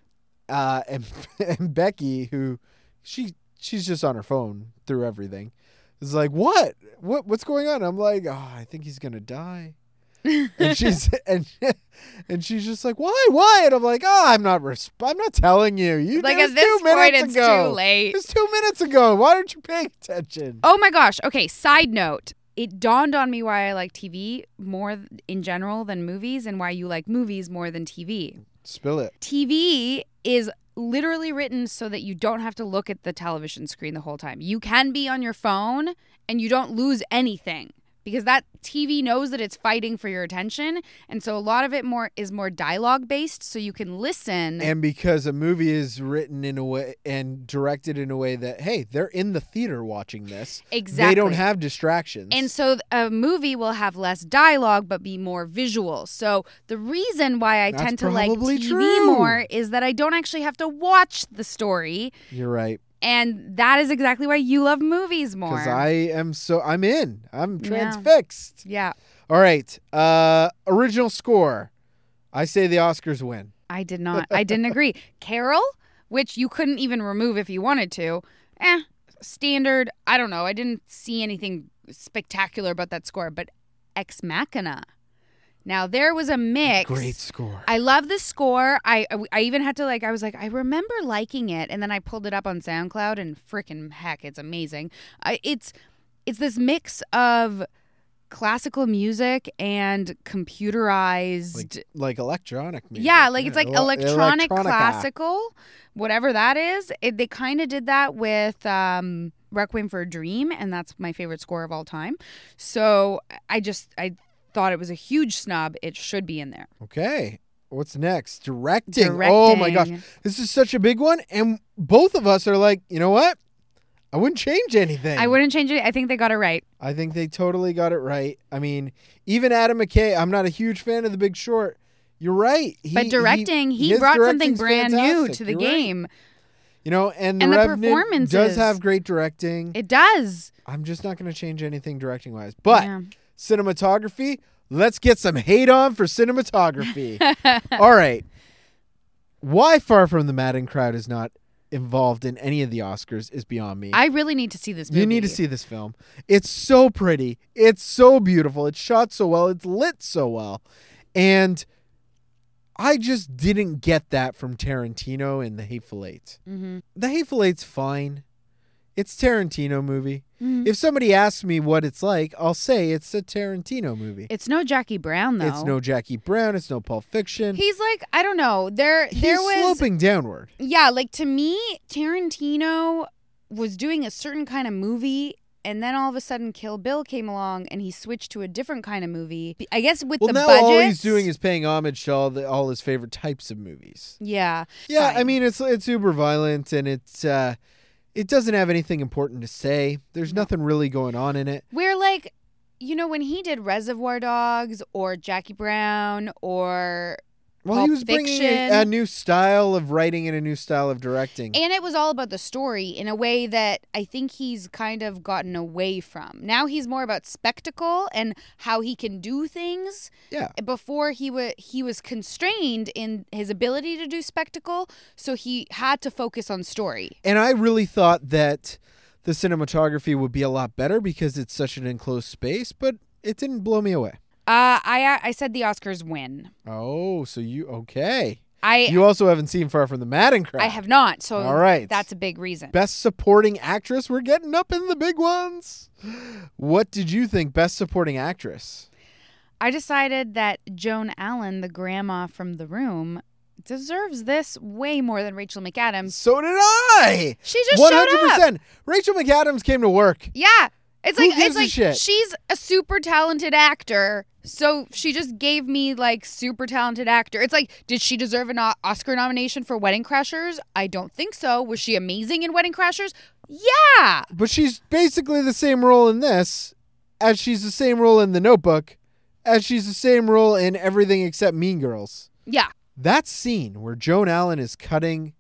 [SPEAKER 2] uh, and, and Becky, who she she's just on her phone through everything, is like, "What? What? What's going on?" I'm like, oh, "I think he's gonna die," and she's and and she's just like, "Why? Why?" And I'm like, "Oh, I'm not resp- I'm not telling you. You
[SPEAKER 1] like
[SPEAKER 2] it was
[SPEAKER 1] at this
[SPEAKER 2] two
[SPEAKER 1] point,
[SPEAKER 2] minutes
[SPEAKER 1] it's
[SPEAKER 2] ago.
[SPEAKER 1] too late.
[SPEAKER 2] It was two minutes ago. Why aren't you paying attention?"
[SPEAKER 1] Oh my gosh. Okay. Side note. It dawned on me why I like TV more th- in general than movies and why you like movies more than TV.
[SPEAKER 2] Spill it.
[SPEAKER 1] TV is literally written so that you don't have to look at the television screen the whole time. You can be on your phone and you don't lose anything because that TV knows that it's fighting for your attention and so a lot of it more is more dialogue based so you can listen.
[SPEAKER 2] And because a movie is written in a way and directed in a way that, hey, they're in the theater watching this.
[SPEAKER 1] exactly.
[SPEAKER 2] They don't have distractions.
[SPEAKER 1] And so th- a movie will have less dialogue but be more visual. So the reason why I
[SPEAKER 2] That's
[SPEAKER 1] tend to like
[SPEAKER 2] probably
[SPEAKER 1] TV
[SPEAKER 2] true.
[SPEAKER 1] more is that I don't actually have to watch the story,
[SPEAKER 2] you're right.
[SPEAKER 1] and that is exactly why you love movies more.
[SPEAKER 2] Because I am so I'm in. I'm
[SPEAKER 1] Yeah.
[SPEAKER 2] transfixed.
[SPEAKER 1] yeah,
[SPEAKER 2] All right. Uh original score. I say the Oscars win.
[SPEAKER 1] I did not. I didn't agree. Carol, which you couldn't even remove if you wanted to. Eh, standard. I don't know. I didn't see anything spectacular about that score, but Ex Machina. Now there was a mix.
[SPEAKER 2] Great score.
[SPEAKER 1] I love the score. I I even had to like I was like I remember liking it, and then I pulled it up on SoundCloud, and freaking heck, it's amazing. I, it's it's this mix of classical music and computerized.
[SPEAKER 2] like, like electronic music.
[SPEAKER 1] yeah, like it's like
[SPEAKER 2] ele-
[SPEAKER 1] electronic
[SPEAKER 2] electronica.
[SPEAKER 1] classical, whatever that is. It, they kind of did that with um, Requiem for a Dream, and that's my favorite score of all time. So I just I thought it was a huge snub. It should be in there.
[SPEAKER 2] Okay. What's next? Directing. Oh my gosh.
[SPEAKER 1] Directing.
[SPEAKER 2] This is such a big one. And both of us are like, you know what? I wouldn't change anything.
[SPEAKER 1] I wouldn't change it. I think they got it right.
[SPEAKER 2] I think they totally got it right. I mean, even Adam McKay, I'm not a huge fan of the big short. You're right. He,
[SPEAKER 1] But
[SPEAKER 2] he-
[SPEAKER 1] directing, he,
[SPEAKER 2] his
[SPEAKER 1] brought something
[SPEAKER 2] directing's
[SPEAKER 1] brand new
[SPEAKER 2] fantastic.
[SPEAKER 1] to the
[SPEAKER 2] You're right.
[SPEAKER 1] game.
[SPEAKER 2] You know, and,
[SPEAKER 1] And the
[SPEAKER 2] Revenant does
[SPEAKER 1] performances.
[SPEAKER 2] have great directing.
[SPEAKER 1] It does.
[SPEAKER 2] I'm just not going to change anything directing wise. But
[SPEAKER 1] Yeah.
[SPEAKER 2] cinematography, let's get some hate on for cinematography. All right. Why Far From the Madden crowd is not involved in any of the Oscars is beyond me.
[SPEAKER 1] I really need to see this movie.
[SPEAKER 2] You need to see this film. It's so pretty. It's so beautiful. It's shot so well. It's lit so well. And I just didn't get that from Tarantino in The Hateful Eight.
[SPEAKER 1] Mm-hmm.
[SPEAKER 2] The Hateful Eight's fine. It's Tarantino movie.
[SPEAKER 1] Mm-hmm.
[SPEAKER 2] If somebody asks me what it's like, I'll say it's a Tarantino movie.
[SPEAKER 1] It's no Jackie Brown though.
[SPEAKER 2] It's no Jackie Brown. It's no Pulp Fiction.
[SPEAKER 1] He's like I don't know. There
[SPEAKER 2] He's
[SPEAKER 1] there was
[SPEAKER 2] sloping downward.
[SPEAKER 1] yeah like to me Tarantino was doing a certain kind of movie. And then all of a sudden, Kill Bill came along, and he switched to a different kind of movie. I guess with
[SPEAKER 2] Well,
[SPEAKER 1] the
[SPEAKER 2] now
[SPEAKER 1] budget,
[SPEAKER 2] all he's doing is paying homage to all the, all his favorite types of movies.
[SPEAKER 1] yeah,
[SPEAKER 2] Yeah, I
[SPEAKER 1] Fine.
[SPEAKER 2] mean it's it's uber violent and it's uh it doesn't have anything important to say. There's
[SPEAKER 1] No.
[SPEAKER 2] nothing really going on in it.
[SPEAKER 1] Where like, you know, when he did Reservoir Dogs or Jackie Brown or
[SPEAKER 2] Well,
[SPEAKER 1] Pulp
[SPEAKER 2] he was bringing
[SPEAKER 1] Fiction.
[SPEAKER 2] a, a new style of writing and a new style of directing.
[SPEAKER 1] and it was all about the story in a way that I think he's kind of gotten away from. Now he's more about spectacle and how he can do things.
[SPEAKER 2] Yeah.
[SPEAKER 1] Before he was he was constrained in his ability to do spectacle, so he had to focus on story.
[SPEAKER 2] And I really thought that the cinematography would be a lot better because it's such an enclosed space, but it didn't blow me away.
[SPEAKER 1] Uh, I I said the Oscars win.
[SPEAKER 2] Oh, so you okay.
[SPEAKER 1] I
[SPEAKER 2] You also haven't seen Far From the Madden Crowd.
[SPEAKER 1] I have not. So
[SPEAKER 2] All right.
[SPEAKER 1] that's a big reason.
[SPEAKER 2] Best Supporting Actress, we're getting up in the big ones. What did you think Best Supporting Actress?
[SPEAKER 1] I decided that Joan Allen, the grandma from the room, deserves this way more than Rachel McAdams.
[SPEAKER 2] So did I.
[SPEAKER 1] She just
[SPEAKER 2] One
[SPEAKER 1] showed
[SPEAKER 2] hundred
[SPEAKER 1] up.
[SPEAKER 2] percent. Rachel McAdams came to work.
[SPEAKER 1] Yeah. It's
[SPEAKER 2] Who
[SPEAKER 1] like it's
[SPEAKER 2] gives a
[SPEAKER 1] like
[SPEAKER 2] shit?
[SPEAKER 1] she's a super talented actor. So she just gave me like super talented actor. It's like did she deserve an O- Oscar nomination for Wedding Crashers? I don't think so. Was she amazing in Wedding Crashers? Yeah.
[SPEAKER 2] But she's basically the same role in this as she's the same role in The Notebook, as she's the same role in everything except Mean Girls.
[SPEAKER 1] Yeah.
[SPEAKER 2] That scene where Joan Allen is cutting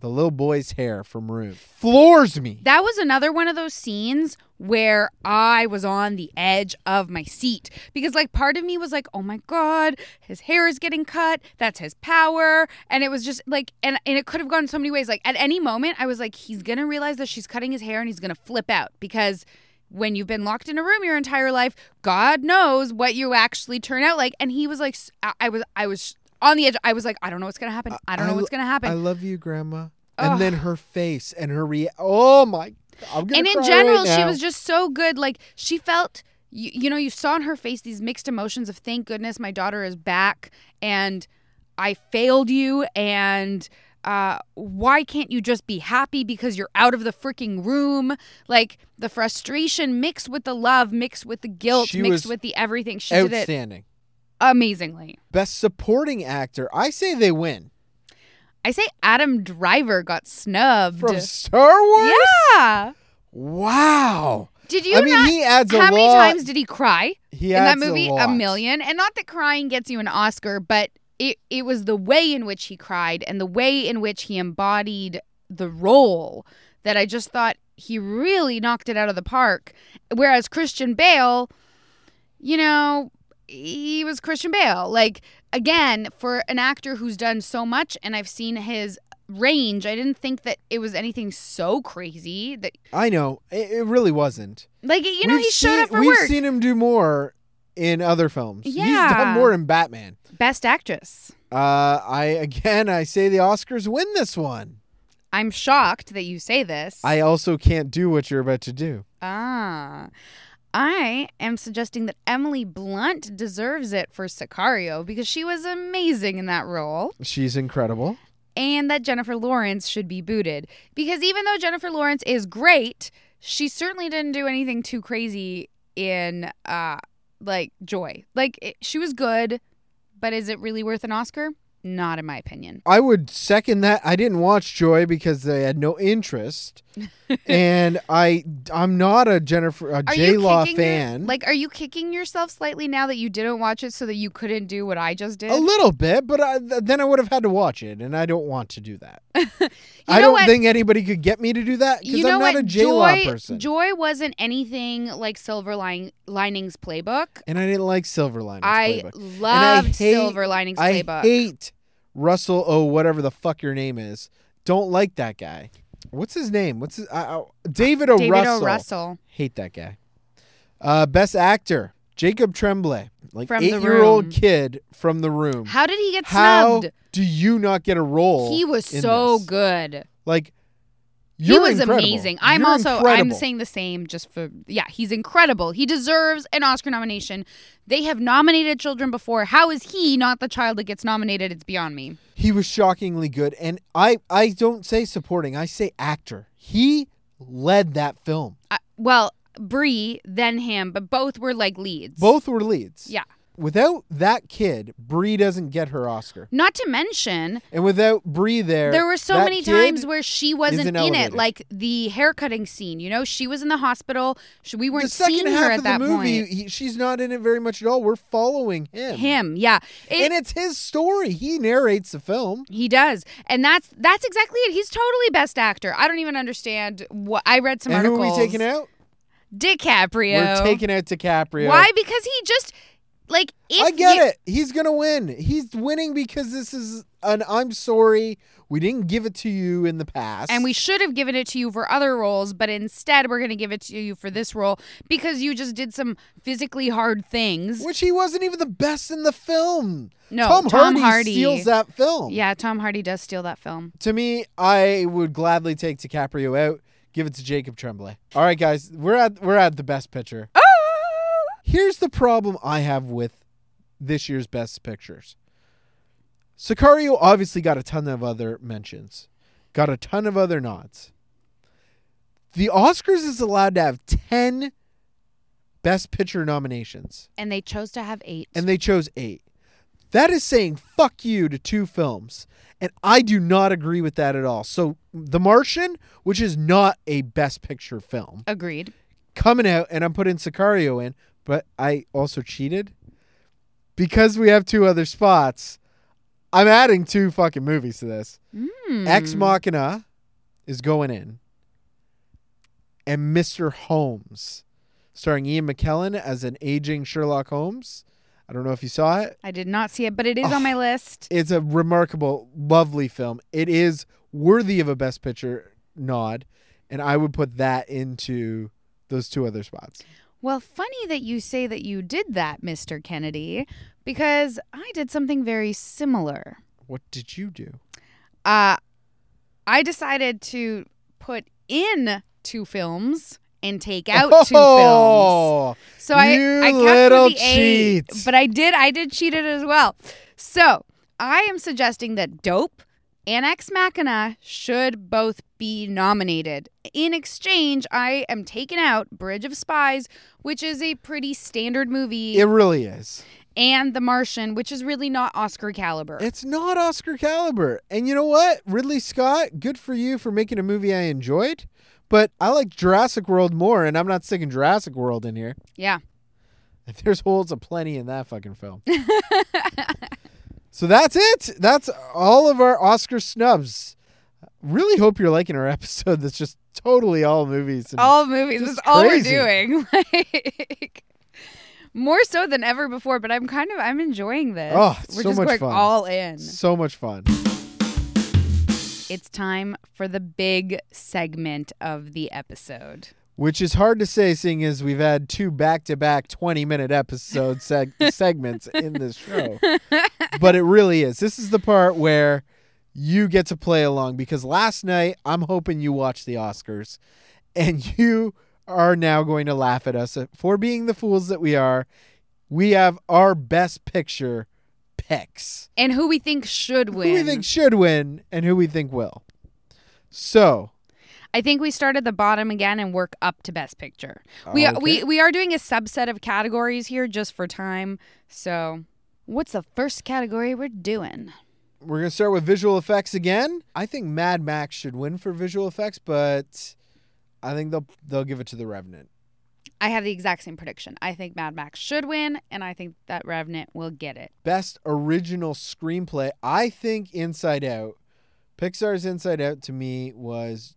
[SPEAKER 2] the little boy's hair from Room floors me.
[SPEAKER 1] That was another one of those scenes where I was on the edge of my seat because, like, part of me was like, oh my God, his hair is getting cut. That's his power. And it was just like, and, and it could have gone so many ways. Like, at any moment, I was like, he's going to realize that she's cutting his hair and he's going to flip out because when you've been locked in a room your entire life, God knows what you actually turn out like. And he was like, s- I, I was, I was. On the edge, I was like, I don't know what's gonna happen. I don't
[SPEAKER 2] I
[SPEAKER 1] know
[SPEAKER 2] lo-
[SPEAKER 1] what's gonna happen.
[SPEAKER 2] I love you, Grandma.
[SPEAKER 1] Ugh.
[SPEAKER 2] And then her face and her re. Oh my! I'm gonna
[SPEAKER 1] and in
[SPEAKER 2] cry
[SPEAKER 1] general
[SPEAKER 2] right
[SPEAKER 1] she
[SPEAKER 2] now.
[SPEAKER 1] was just so good like she felt you, you know you saw in her face these mixed emotions of thank goodness my daughter is back and i failed you and uh, why can't you just be happy because you're out of the freaking room like the frustration mixed with the love mixed with the guilt
[SPEAKER 2] She was
[SPEAKER 1] mixed with the everything she did it
[SPEAKER 2] outstanding.
[SPEAKER 1] amazingly
[SPEAKER 2] Best supporting actor. I say they win
[SPEAKER 1] i say adam driver got snubbed
[SPEAKER 2] from Star Wars.
[SPEAKER 1] yeah
[SPEAKER 2] Wow.
[SPEAKER 1] did you
[SPEAKER 2] I mean,
[SPEAKER 1] not
[SPEAKER 2] he adds a
[SPEAKER 1] how many
[SPEAKER 2] lot.
[SPEAKER 1] times did he cry
[SPEAKER 2] he
[SPEAKER 1] in
[SPEAKER 2] adds
[SPEAKER 1] that movie a,
[SPEAKER 2] a, lot.
[SPEAKER 1] million and not that crying gets you an oscar but it, it was the way in which he cried and the way in which he embodied the role that i just thought he really knocked it out of the park whereas christian bale you know he was christian bale like again for an actor who's done so much and i've seen his range i didn't think that it was anything so crazy that
[SPEAKER 2] I know it, it really wasn't.
[SPEAKER 1] like you know
[SPEAKER 2] We've
[SPEAKER 1] he showed
[SPEAKER 2] seen-
[SPEAKER 1] up for
[SPEAKER 2] We've
[SPEAKER 1] work
[SPEAKER 2] seen him do more in other films. he's
[SPEAKER 1] Yeah.
[SPEAKER 2] done more in Batman.
[SPEAKER 1] best actress
[SPEAKER 2] Uh, I again, I say the Oscars win this one.
[SPEAKER 1] I'm shocked that you say this.
[SPEAKER 2] I also can't do what you're about to do.
[SPEAKER 1] ah. I am suggesting that Emily Blunt deserves it for Sicario because she was amazing in that role
[SPEAKER 2] She's incredible.
[SPEAKER 1] and that Jennifer Lawrence should be booted because even though Jennifer Lawrence is great, she certainly didn't do anything too crazy in uh like Joy. Like it, she was good, but is it really worth an Oscar? Not in my opinion.
[SPEAKER 2] I would second that. I didn't watch Joy because I had no interest, and I I'm not a Jennifer a
[SPEAKER 1] Are
[SPEAKER 2] J
[SPEAKER 1] you
[SPEAKER 2] Law
[SPEAKER 1] kicking your-
[SPEAKER 2] fan.
[SPEAKER 1] like, are you kicking yourself slightly now that you didn't watch it so that
[SPEAKER 2] Oh,
[SPEAKER 1] you couldn't do what I just did?
[SPEAKER 2] a little bit, but I, th- then I would have had to watch it, and I don't want to do that. I
[SPEAKER 1] know
[SPEAKER 2] don't
[SPEAKER 1] what?
[SPEAKER 2] think anybody could get me to do that because
[SPEAKER 1] You know
[SPEAKER 2] I'm not
[SPEAKER 1] what?
[SPEAKER 2] a J Law
[SPEAKER 1] Joy,
[SPEAKER 2] person.
[SPEAKER 1] Joy wasn't anything like Silver Lin- Linings Playbook.
[SPEAKER 2] and I didn't like Silver Linings
[SPEAKER 1] I
[SPEAKER 2] Playbook.
[SPEAKER 1] loved
[SPEAKER 2] hate-
[SPEAKER 1] Silver Linings
[SPEAKER 2] I
[SPEAKER 1] Playbook.
[SPEAKER 2] hate Russell O. Whatever the fuck your name is. Don't like that guy. What's his name? What's his, I, I, David O.
[SPEAKER 1] David
[SPEAKER 2] Russell.
[SPEAKER 1] O. Russell.
[SPEAKER 2] Hate that guy. Uh, best actor Jacob Tremblay, like
[SPEAKER 1] From The Room.
[SPEAKER 2] eight-year-old kid from The Room.
[SPEAKER 1] How did he get
[SPEAKER 2] How
[SPEAKER 1] snubbed?
[SPEAKER 2] do you not get a role?
[SPEAKER 1] He was
[SPEAKER 2] in
[SPEAKER 1] so
[SPEAKER 2] this?
[SPEAKER 1] good.
[SPEAKER 2] Like
[SPEAKER 1] he
[SPEAKER 2] you're
[SPEAKER 1] was
[SPEAKER 2] incredible.
[SPEAKER 1] amazing. I'm
[SPEAKER 2] You're
[SPEAKER 1] also I'm
[SPEAKER 2] incredible.
[SPEAKER 1] saying the same just for yeah, he's incredible. He deserves an Oscar nomination. They have nominated children before. How is he not the child that gets nominated? It's beyond me.
[SPEAKER 2] he was shockingly good and I I don't say supporting, I say actor. He led that film.
[SPEAKER 1] I, well, Brie then him, but both were like leads.
[SPEAKER 2] Both were leads.
[SPEAKER 1] Yeah.
[SPEAKER 2] Without that kid, Brie doesn't get her Oscar.
[SPEAKER 1] Not to mention
[SPEAKER 2] And without Brie there,
[SPEAKER 1] there were so
[SPEAKER 2] that
[SPEAKER 1] many
[SPEAKER 2] kid-
[SPEAKER 1] times where she wasn't in
[SPEAKER 2] an
[SPEAKER 1] it,
[SPEAKER 2] elevator.
[SPEAKER 1] like the haircutting scene. You know, she was in the hospital. She, we
[SPEAKER 2] the
[SPEAKER 1] weren't
[SPEAKER 2] second
[SPEAKER 1] seeing
[SPEAKER 2] half
[SPEAKER 1] her
[SPEAKER 2] of
[SPEAKER 1] at
[SPEAKER 2] the
[SPEAKER 1] that
[SPEAKER 2] movie,
[SPEAKER 1] point.
[SPEAKER 2] he- she's not in it very much at all. We're following him.
[SPEAKER 1] Him, yeah. It-
[SPEAKER 2] and it's his story. He narrates the film.
[SPEAKER 1] He does, and that's that's exactly it. He's totally best actor. I don't even understand what I read some
[SPEAKER 2] and
[SPEAKER 1] articles.
[SPEAKER 2] who are we taking out?
[SPEAKER 1] DiCaprio.
[SPEAKER 2] We're taking out DiCaprio.
[SPEAKER 1] Why? Because he just like if
[SPEAKER 2] I get
[SPEAKER 1] you-
[SPEAKER 2] it. He's gonna win. He's winning because this is an I'm sorry, we didn't give it to you in the past.
[SPEAKER 1] And we should have given it to you for other roles, but instead we're going to give it to you for this role because you just did some physically hard things.
[SPEAKER 2] which he wasn't even the best in the film.
[SPEAKER 1] No,
[SPEAKER 2] Tom,
[SPEAKER 1] Tom
[SPEAKER 2] Hardy,
[SPEAKER 1] Hardy.
[SPEAKER 2] steals that film.
[SPEAKER 1] Yeah, Tom Hardy does steal that film.
[SPEAKER 2] Mm-hmm. To me, I would gladly take DiCaprio out. Give it to Jacob Tremblay. All right, guys, we're at we're at the best picture.
[SPEAKER 1] Oh!
[SPEAKER 2] Here's the problem I have with this year's best pictures. Sicario obviously got a ton of other mentions, got a ton of other nods. The Oscars is allowed to have 10 best picture nominations,
[SPEAKER 1] And they chose to have eight.
[SPEAKER 2] and they chose eight. That is saying fuck you to two films. And I do not agree with that at all. So, The Martian, which is not a best picture film,
[SPEAKER 1] Agreed.
[SPEAKER 2] coming out and I'm putting Sicario in, but I also cheated because we have two other spots. I'm adding two fucking movies to this.
[SPEAKER 1] Mm.
[SPEAKER 2] Ex Machina is going in, and Mr. Holmes, starring Ian McKellen as an aging Sherlock Holmes. I don't know if you saw it.
[SPEAKER 1] I did not see it, but it is on
[SPEAKER 2] Ugh.
[SPEAKER 1] my list.
[SPEAKER 2] It's a remarkable, lovely film. It is worthy of a Best Picture nod, and I would put that into those two other spots.
[SPEAKER 1] Well, funny that you say that you did that, Mr. Kennedy, because I did something very similar.
[SPEAKER 2] What did you do?
[SPEAKER 1] uh, I decided to put in two films and take out two films.
[SPEAKER 2] Oh,
[SPEAKER 1] So I,
[SPEAKER 2] you
[SPEAKER 1] I kept
[SPEAKER 2] little
[SPEAKER 1] with the eight,
[SPEAKER 2] cheat.
[SPEAKER 1] but I did I did cheat it as well. So I am suggesting that Dope and Ex Machina should both be nominated. In exchange, I am taking out Bridge of Spies, which is a pretty standard movie,
[SPEAKER 2] It really is.
[SPEAKER 1] and The Martian, which is really not Oscar caliber.
[SPEAKER 2] It's not Oscar caliber. And you know what? Ridley Scott, good for you for making a movie I enjoyed. But I like Jurassic World more, and I'm not sticking Jurassic World in here.
[SPEAKER 1] yeah.
[SPEAKER 2] There's holes aplenty in that fucking film. so that's it. That's all of our Oscar snubs. Really hope you're liking our episode that's just totally all movies. And
[SPEAKER 1] all movies.
[SPEAKER 2] Just
[SPEAKER 1] That's all we're
[SPEAKER 2] crazy.
[SPEAKER 1] doing. Like more so than ever before. But I'm kind of I'm enjoying this.
[SPEAKER 2] Oh, it's
[SPEAKER 1] we're
[SPEAKER 2] so
[SPEAKER 1] just
[SPEAKER 2] much
[SPEAKER 1] going
[SPEAKER 2] fun.
[SPEAKER 1] all in.
[SPEAKER 2] so much fun.
[SPEAKER 1] It's time for the big segment of the episode.
[SPEAKER 2] Which is hard to say, seeing as we've had two back to back 20 minute episode seg- segments in this show. But it really is. This is the part where you get to play along because last night, I'm hoping you watched the Oscars and you are now going to laugh at us for being the fools that we are. We have our best picture picks
[SPEAKER 1] And who we think should win.
[SPEAKER 2] who we think should win and who we think will. So,
[SPEAKER 1] I think we start at the bottom again and work up to best picture. We uh,
[SPEAKER 2] okay.
[SPEAKER 1] we we are doing a subset of categories here just for time. So, what's the first category we're doing?
[SPEAKER 2] We're gonna start with visual effects again. I think Mad Max should win for visual effects, but I think they'll they'll give it to the Revenant.
[SPEAKER 1] I have the exact same prediction. I think Mad Max should win, and I think that Revenant will get it.
[SPEAKER 2] Best original screenplay. I think Inside Out Pixar's Inside Out to me was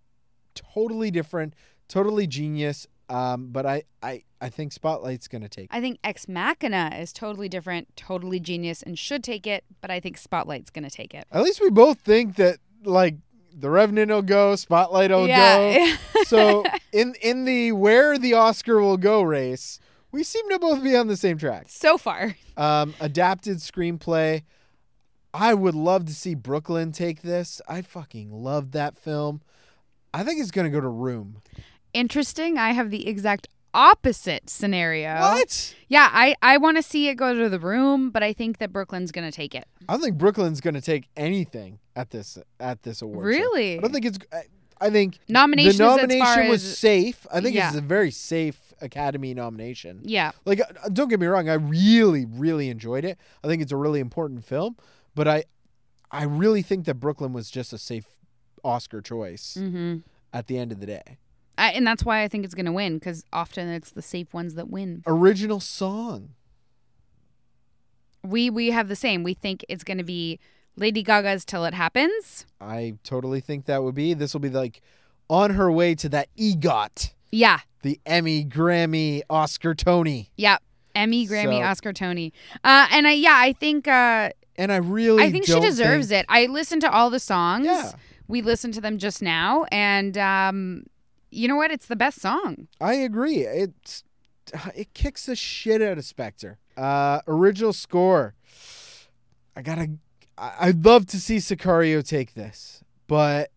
[SPEAKER 2] totally different, totally genius. Um, but I, I, I think Spotlight's going to take. it.
[SPEAKER 1] I think Ex Machina is totally different, totally genius, and should take it, but I think Spotlight's going to take it.
[SPEAKER 2] At least we both think that like the Revenant will go, Spotlight will go.
[SPEAKER 1] yeah.
[SPEAKER 2] so in in the where the Oscar will go race, we seem to both be on the same track.
[SPEAKER 1] so far.
[SPEAKER 2] Um, adapted screenplay. I would love to see Brooklyn take this. I fucking love that film. I think it's gonna go to Room.
[SPEAKER 1] Interesting. I have the exact opposite scenario.
[SPEAKER 2] What?
[SPEAKER 1] Yeah, I, I want to see it go to the room, but I think that Brooklyn's going to take it.
[SPEAKER 2] I don't think Brooklyn's gonna take anything at this at this award. show.
[SPEAKER 1] Really?
[SPEAKER 2] I don't think it's. I, I think
[SPEAKER 1] Nominations
[SPEAKER 2] the
[SPEAKER 1] as far
[SPEAKER 2] nomination was
[SPEAKER 1] as.
[SPEAKER 2] safe. I think
[SPEAKER 1] Yeah.
[SPEAKER 2] it's a very safe Academy nomination.
[SPEAKER 1] Yeah.
[SPEAKER 2] Like, uh, don't get me wrong, I really, really enjoyed it. I think it's a really important film, but I, I really think that Brooklyn was just a safe Oscar choice
[SPEAKER 1] Mm-hmm.
[SPEAKER 2] at the end of the day.
[SPEAKER 1] I, and that's why I think it's going to win, because often it's the safe ones that win.
[SPEAKER 2] Original song.
[SPEAKER 1] We, we have the same. We think it's going to be Lady Gaga's Till It Happens.
[SPEAKER 2] I totally think that would be. This will be like on her way to that EGOT,
[SPEAKER 1] Yeah.
[SPEAKER 2] the Emmy, Grammy, Oscar, Tony.
[SPEAKER 1] Yeah. Emmy, Grammy,
[SPEAKER 2] So-
[SPEAKER 1] Oscar, Tony. Uh, and I, yeah, I think uh,
[SPEAKER 2] And I really,
[SPEAKER 1] I think she
[SPEAKER 2] don't
[SPEAKER 1] deserves
[SPEAKER 2] think-
[SPEAKER 1] it. I listened to all the songs.
[SPEAKER 2] Yeah.
[SPEAKER 1] We listened to them just now, and um, you know what? It's the best song.
[SPEAKER 2] I agree. It's it kicks the shit out of Spectre. Uh, original score. I gotta. I- I'd love to see Sicario take this, but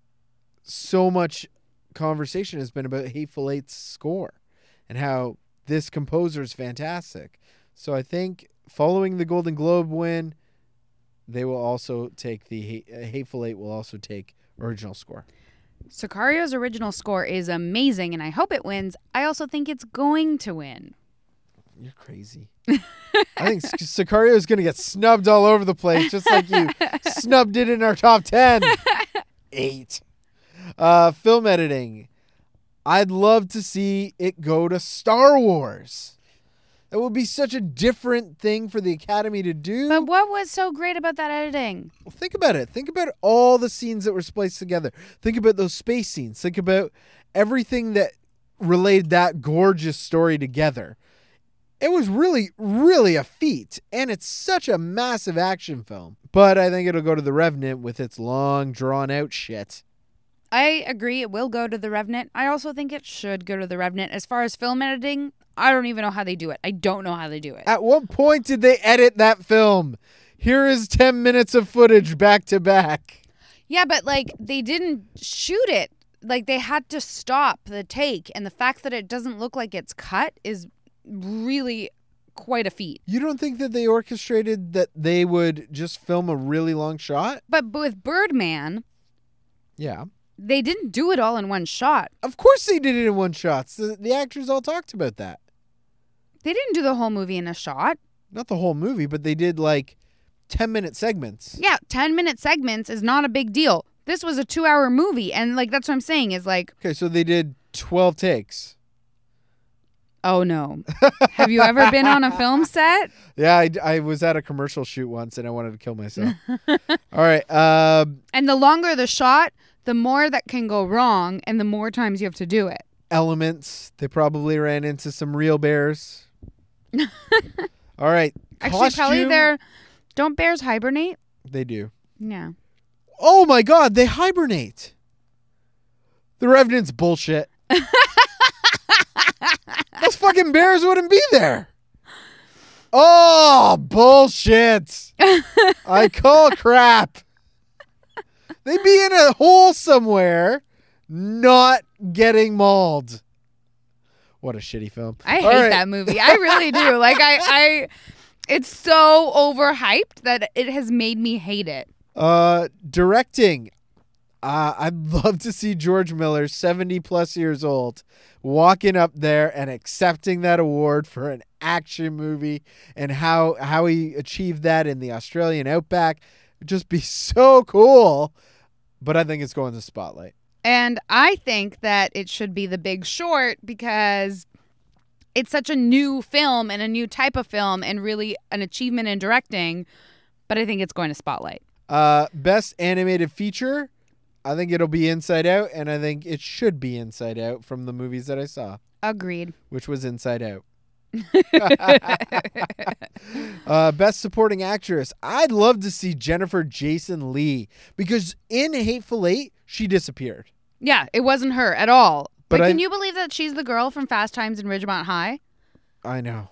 [SPEAKER 2] so much conversation has been about Hateful Eight's score and how this composer is fantastic. So I think following the Golden Globe win, they will also take the Hate- Hateful Eight will also take original score.
[SPEAKER 1] Sicario's original score is amazing, and I hope it wins. I also think it's going to win.
[SPEAKER 2] You're crazy. I think Sic- Sicario is going to get snubbed all over the place, just like you snubbed it in our top 10. Eight. Uh, film editing. I'd love to see it go to Star Wars. That would be such a different thing for the Academy to do.
[SPEAKER 1] But what was so great about that editing?
[SPEAKER 2] Well, think about it. Think about all the scenes that were spliced together. Think about those space scenes. Think about everything that relayed that gorgeous story together. It was really, really a feat, and it's such a massive action film. But I think it'll go to The Revenant with its long, drawn out shit.
[SPEAKER 1] I agree, it will go to The Revenant. I also think it should go to The Revenant. As far as film editing, I don't even know how they do it. I don't know how they do it.
[SPEAKER 2] At what point did they edit that film? Here is 10 minutes of footage back to back.
[SPEAKER 1] Yeah, but like they didn't shoot it. Like they had to stop the take, and the fact that it doesn't look like it's cut is really quite a feat.
[SPEAKER 2] You don't think that they orchestrated that they would just film a really long shot?
[SPEAKER 1] But b- with Birdman,
[SPEAKER 2] Yeah.
[SPEAKER 1] they didn't do it all in one shot.
[SPEAKER 2] Of course they did it in one shots. The, the actors all talked about that.
[SPEAKER 1] They didn't do the whole movie in a shot.
[SPEAKER 2] Not the whole movie, but they did like 10 minute segments.
[SPEAKER 1] Yeah, 10 minute segments is not a big deal. This was a two hour movie. And like, that's what I'm saying is like,
[SPEAKER 2] Okay, so they did 12 takes.
[SPEAKER 1] oh no. Have you ever been on a film set?
[SPEAKER 2] Yeah, I, I was at a commercial shoot once and I wanted to kill myself. all right. Um,
[SPEAKER 1] And the longer the shot, the more that can go wrong and the more times you have to do it.
[SPEAKER 2] elements. They probably ran into some real bears. all right.
[SPEAKER 1] Actually, probably
[SPEAKER 2] costume.
[SPEAKER 1] they're. Don't bears hibernate?
[SPEAKER 2] They do.
[SPEAKER 1] Yeah.
[SPEAKER 2] Oh my God, they hibernate. The Revenant's bullshit. Those fucking bears wouldn't be there. Oh, bullshit. I call crap. They'd be in a hole somewhere, not getting mauled. What a shitty film.
[SPEAKER 1] I hate
[SPEAKER 2] All right.
[SPEAKER 1] that movie. I really do. Like I, I, it's so overhyped that it has made me hate it.
[SPEAKER 2] Uh, directing. Uh, I'd love to see George Miller, 70 plus years old, walking up there and accepting that award for an action movie and how how he achieved that in the Australian outback. It'd just be so cool. But I think it's going to spotlight.
[SPEAKER 1] And I think that it should be The Big Short because it's such a new film and a new type of film and really an achievement in directing. But I think it's going to spotlight.
[SPEAKER 2] Uh, best animated feature. I think it'll be Inside Out, and I think it should be Inside Out from the movies that I saw,
[SPEAKER 1] Agreed.
[SPEAKER 2] which was Inside Out. uh, best supporting actress. I'd love to see Jennifer Jason Lee because in Hateful Eight, she disappeared.
[SPEAKER 1] Yeah, it wasn't her at all.
[SPEAKER 2] But
[SPEAKER 1] But
[SPEAKER 2] I-
[SPEAKER 1] can you believe that she's the girl from Fast Times in Ridgemont High?
[SPEAKER 2] I know.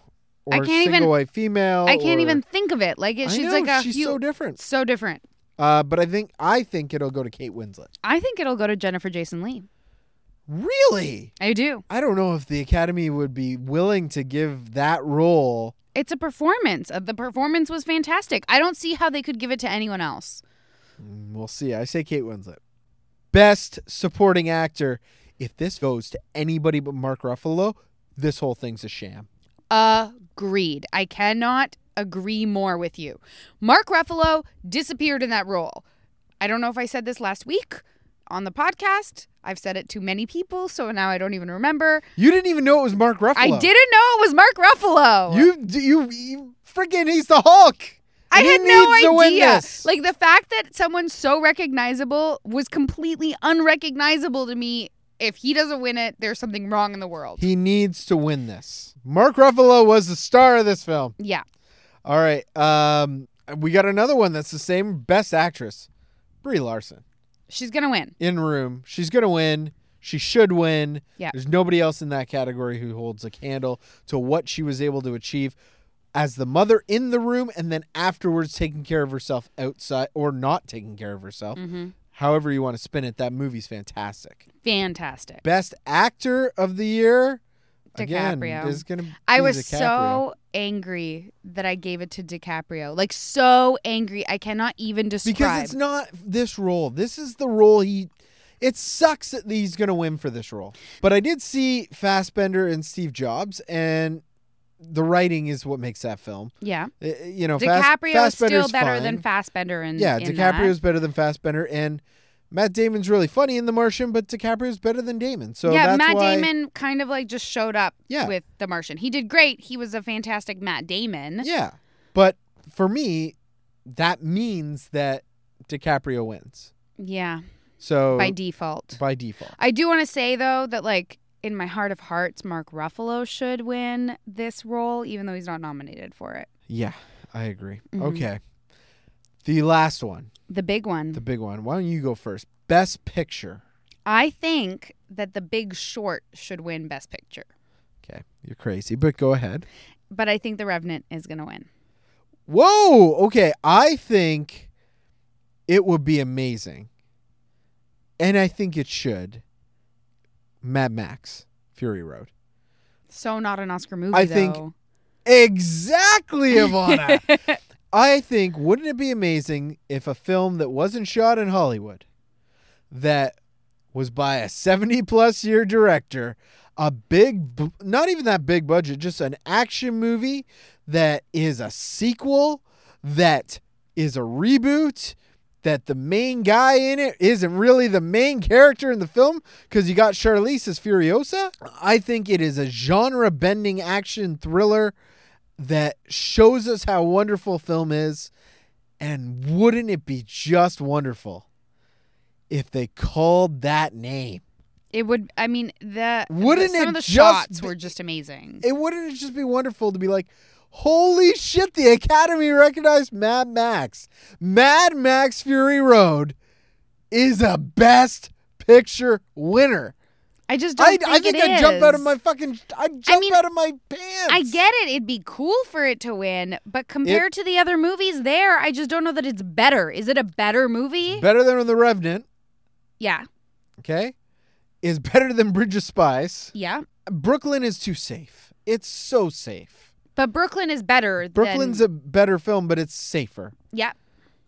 [SPEAKER 2] Or
[SPEAKER 1] I can't
[SPEAKER 2] single
[SPEAKER 1] even-
[SPEAKER 2] white female.
[SPEAKER 1] I can't
[SPEAKER 2] or-
[SPEAKER 1] even think of it. Like
[SPEAKER 2] Oh, uh, I
[SPEAKER 1] it, she's
[SPEAKER 2] know,
[SPEAKER 1] like a
[SPEAKER 2] she's
[SPEAKER 1] hu-
[SPEAKER 2] so different.
[SPEAKER 1] so different.
[SPEAKER 2] Uh, but I think I think it'll go to Kate Winslet.
[SPEAKER 1] I think it'll go to Jennifer Jason Lee.
[SPEAKER 2] Really?
[SPEAKER 1] I do.
[SPEAKER 2] I don't know if the Academy would be willing to give that role.
[SPEAKER 1] It's a performance. Uh, The performance was fantastic. I don't see how they could give it to anyone else.
[SPEAKER 2] Mm, We'll see. I say Kate Winslet. Best supporting actor. If this goes to anybody but Mark Ruffalo, this whole thing's a sham.
[SPEAKER 1] Agreed. I cannot agree more with you. Mark Ruffalo disappeared in that role. I don't know if I said this last week on the podcast. I've said it to many people, so now I don't even remember.
[SPEAKER 2] You didn't even know it was Mark Ruffalo.
[SPEAKER 1] I didn't know it was Mark Ruffalo.
[SPEAKER 2] You you, you freaking he's the Hulk.
[SPEAKER 1] I
[SPEAKER 2] He
[SPEAKER 1] had
[SPEAKER 2] needs to
[SPEAKER 1] no
[SPEAKER 2] win
[SPEAKER 1] idea.
[SPEAKER 2] this.
[SPEAKER 1] Like the fact that someone's so recognizable was completely unrecognizable to me. If he doesn't win it, there's something wrong in the world.
[SPEAKER 2] He needs to win this. Mark Ruffalo was the star of this film.
[SPEAKER 1] yeah.
[SPEAKER 2] All right. Um we got another one that's the same best actress. Brie Larson.
[SPEAKER 1] She's going to win.
[SPEAKER 2] In room. She's gonna win. She should win.
[SPEAKER 1] Yeah.
[SPEAKER 2] There's nobody else in that category who holds a candle to what she was able to achieve as the mother in the room and then afterwards taking care of herself outside or not taking care of herself.
[SPEAKER 1] Mm-hmm.
[SPEAKER 2] However you want to spin it, that movie's fantastic.
[SPEAKER 1] Fantastic.
[SPEAKER 2] Best actor of the year again
[SPEAKER 1] DiCaprio.
[SPEAKER 2] is gonna be
[SPEAKER 1] I was
[SPEAKER 2] DiCaprio.
[SPEAKER 1] so angry that I gave it to DiCaprio. Like so angry. I cannot even describe.
[SPEAKER 2] because it's not this role. This is the role he. It sucks that he's going to win for this role. But I did see Fassbender and Steve Jobs, and the writing is what makes that film.
[SPEAKER 1] yeah.
[SPEAKER 2] Uh, You know, Fass-
[SPEAKER 1] DiCaprio is still
[SPEAKER 2] Fassbender's
[SPEAKER 1] better
[SPEAKER 2] fine.
[SPEAKER 1] than Fassbender in
[SPEAKER 2] yeah,
[SPEAKER 1] in that.
[SPEAKER 2] DiCaprio's better than Fassbender, and Matt Damon's really funny in The Martian, but DiCaprio's better than Damon. So
[SPEAKER 1] yeah,
[SPEAKER 2] that's
[SPEAKER 1] Matt
[SPEAKER 2] why,
[SPEAKER 1] Damon kind of like just showed up
[SPEAKER 2] Yeah.
[SPEAKER 1] with The Martian. He did great. He was a fantastic Matt Damon.
[SPEAKER 2] Yeah, but for me, that means that DiCaprio wins.
[SPEAKER 1] Yeah,
[SPEAKER 2] So
[SPEAKER 1] by default.
[SPEAKER 2] by default.
[SPEAKER 1] I do want to say though that like in my heart of hearts, Mark Ruffalo should win this role, even though he's not nominated for it.
[SPEAKER 2] Yeah, I agree.
[SPEAKER 1] Mhm.
[SPEAKER 2] Okay. The last one,
[SPEAKER 1] The big one.
[SPEAKER 2] the big one. Why don't you go first? Best picture.
[SPEAKER 1] I think that The Big Short should win Best Picture,
[SPEAKER 2] Okay, you're crazy, but go ahead.
[SPEAKER 1] but I think The Revenant is going to win.
[SPEAKER 2] Whoa, okay. I think it would be amazing. And I think it should. Mad Max, Fury Road.
[SPEAKER 1] So not an Oscar movie.
[SPEAKER 2] I think-
[SPEAKER 1] though.
[SPEAKER 2] Exactly, Ivana. I think wouldn't it be amazing if a film that wasn't shot in Hollywood, that was by a 70 plus year director, a big, bu- not even that big budget, just an action movie that is a sequel, that is a reboot, that the main guy in it isn't really the main character in the film because you got Charlize as Furiosa. I think it is a genre bending action thriller that shows us how wonderful film is. And wouldn't it be just wonderful if they called that name?
[SPEAKER 1] it would. I mean, the
[SPEAKER 2] Wouldn't
[SPEAKER 1] some
[SPEAKER 2] it
[SPEAKER 1] of the
[SPEAKER 2] just
[SPEAKER 1] shots
[SPEAKER 2] be-
[SPEAKER 1] were just amazing.
[SPEAKER 2] It wouldn't it just be wonderful to be like, holy shit, the Academy recognized Mad Max. Mad Max Fury Road is a best picture winner.
[SPEAKER 1] I just don't
[SPEAKER 2] I,
[SPEAKER 1] think
[SPEAKER 2] I think
[SPEAKER 1] it
[SPEAKER 2] I'd jump out of
[SPEAKER 1] is.
[SPEAKER 2] my fucking I'd jump
[SPEAKER 1] mean,
[SPEAKER 2] out of my pants.
[SPEAKER 1] I get it. It'd be cool for it to win, but compared to the other movies there, I just don't know that it's better. Is it a better movie?
[SPEAKER 2] better than The Revenant,
[SPEAKER 1] yeah.
[SPEAKER 2] okay? Is better than Bridge of Spies.
[SPEAKER 1] Yeah.
[SPEAKER 2] Brooklyn is too safe. It's so safe.
[SPEAKER 1] But Brooklyn is better
[SPEAKER 2] Brooklyn's
[SPEAKER 1] than
[SPEAKER 2] a better film, but it's safer.
[SPEAKER 1] Yeah.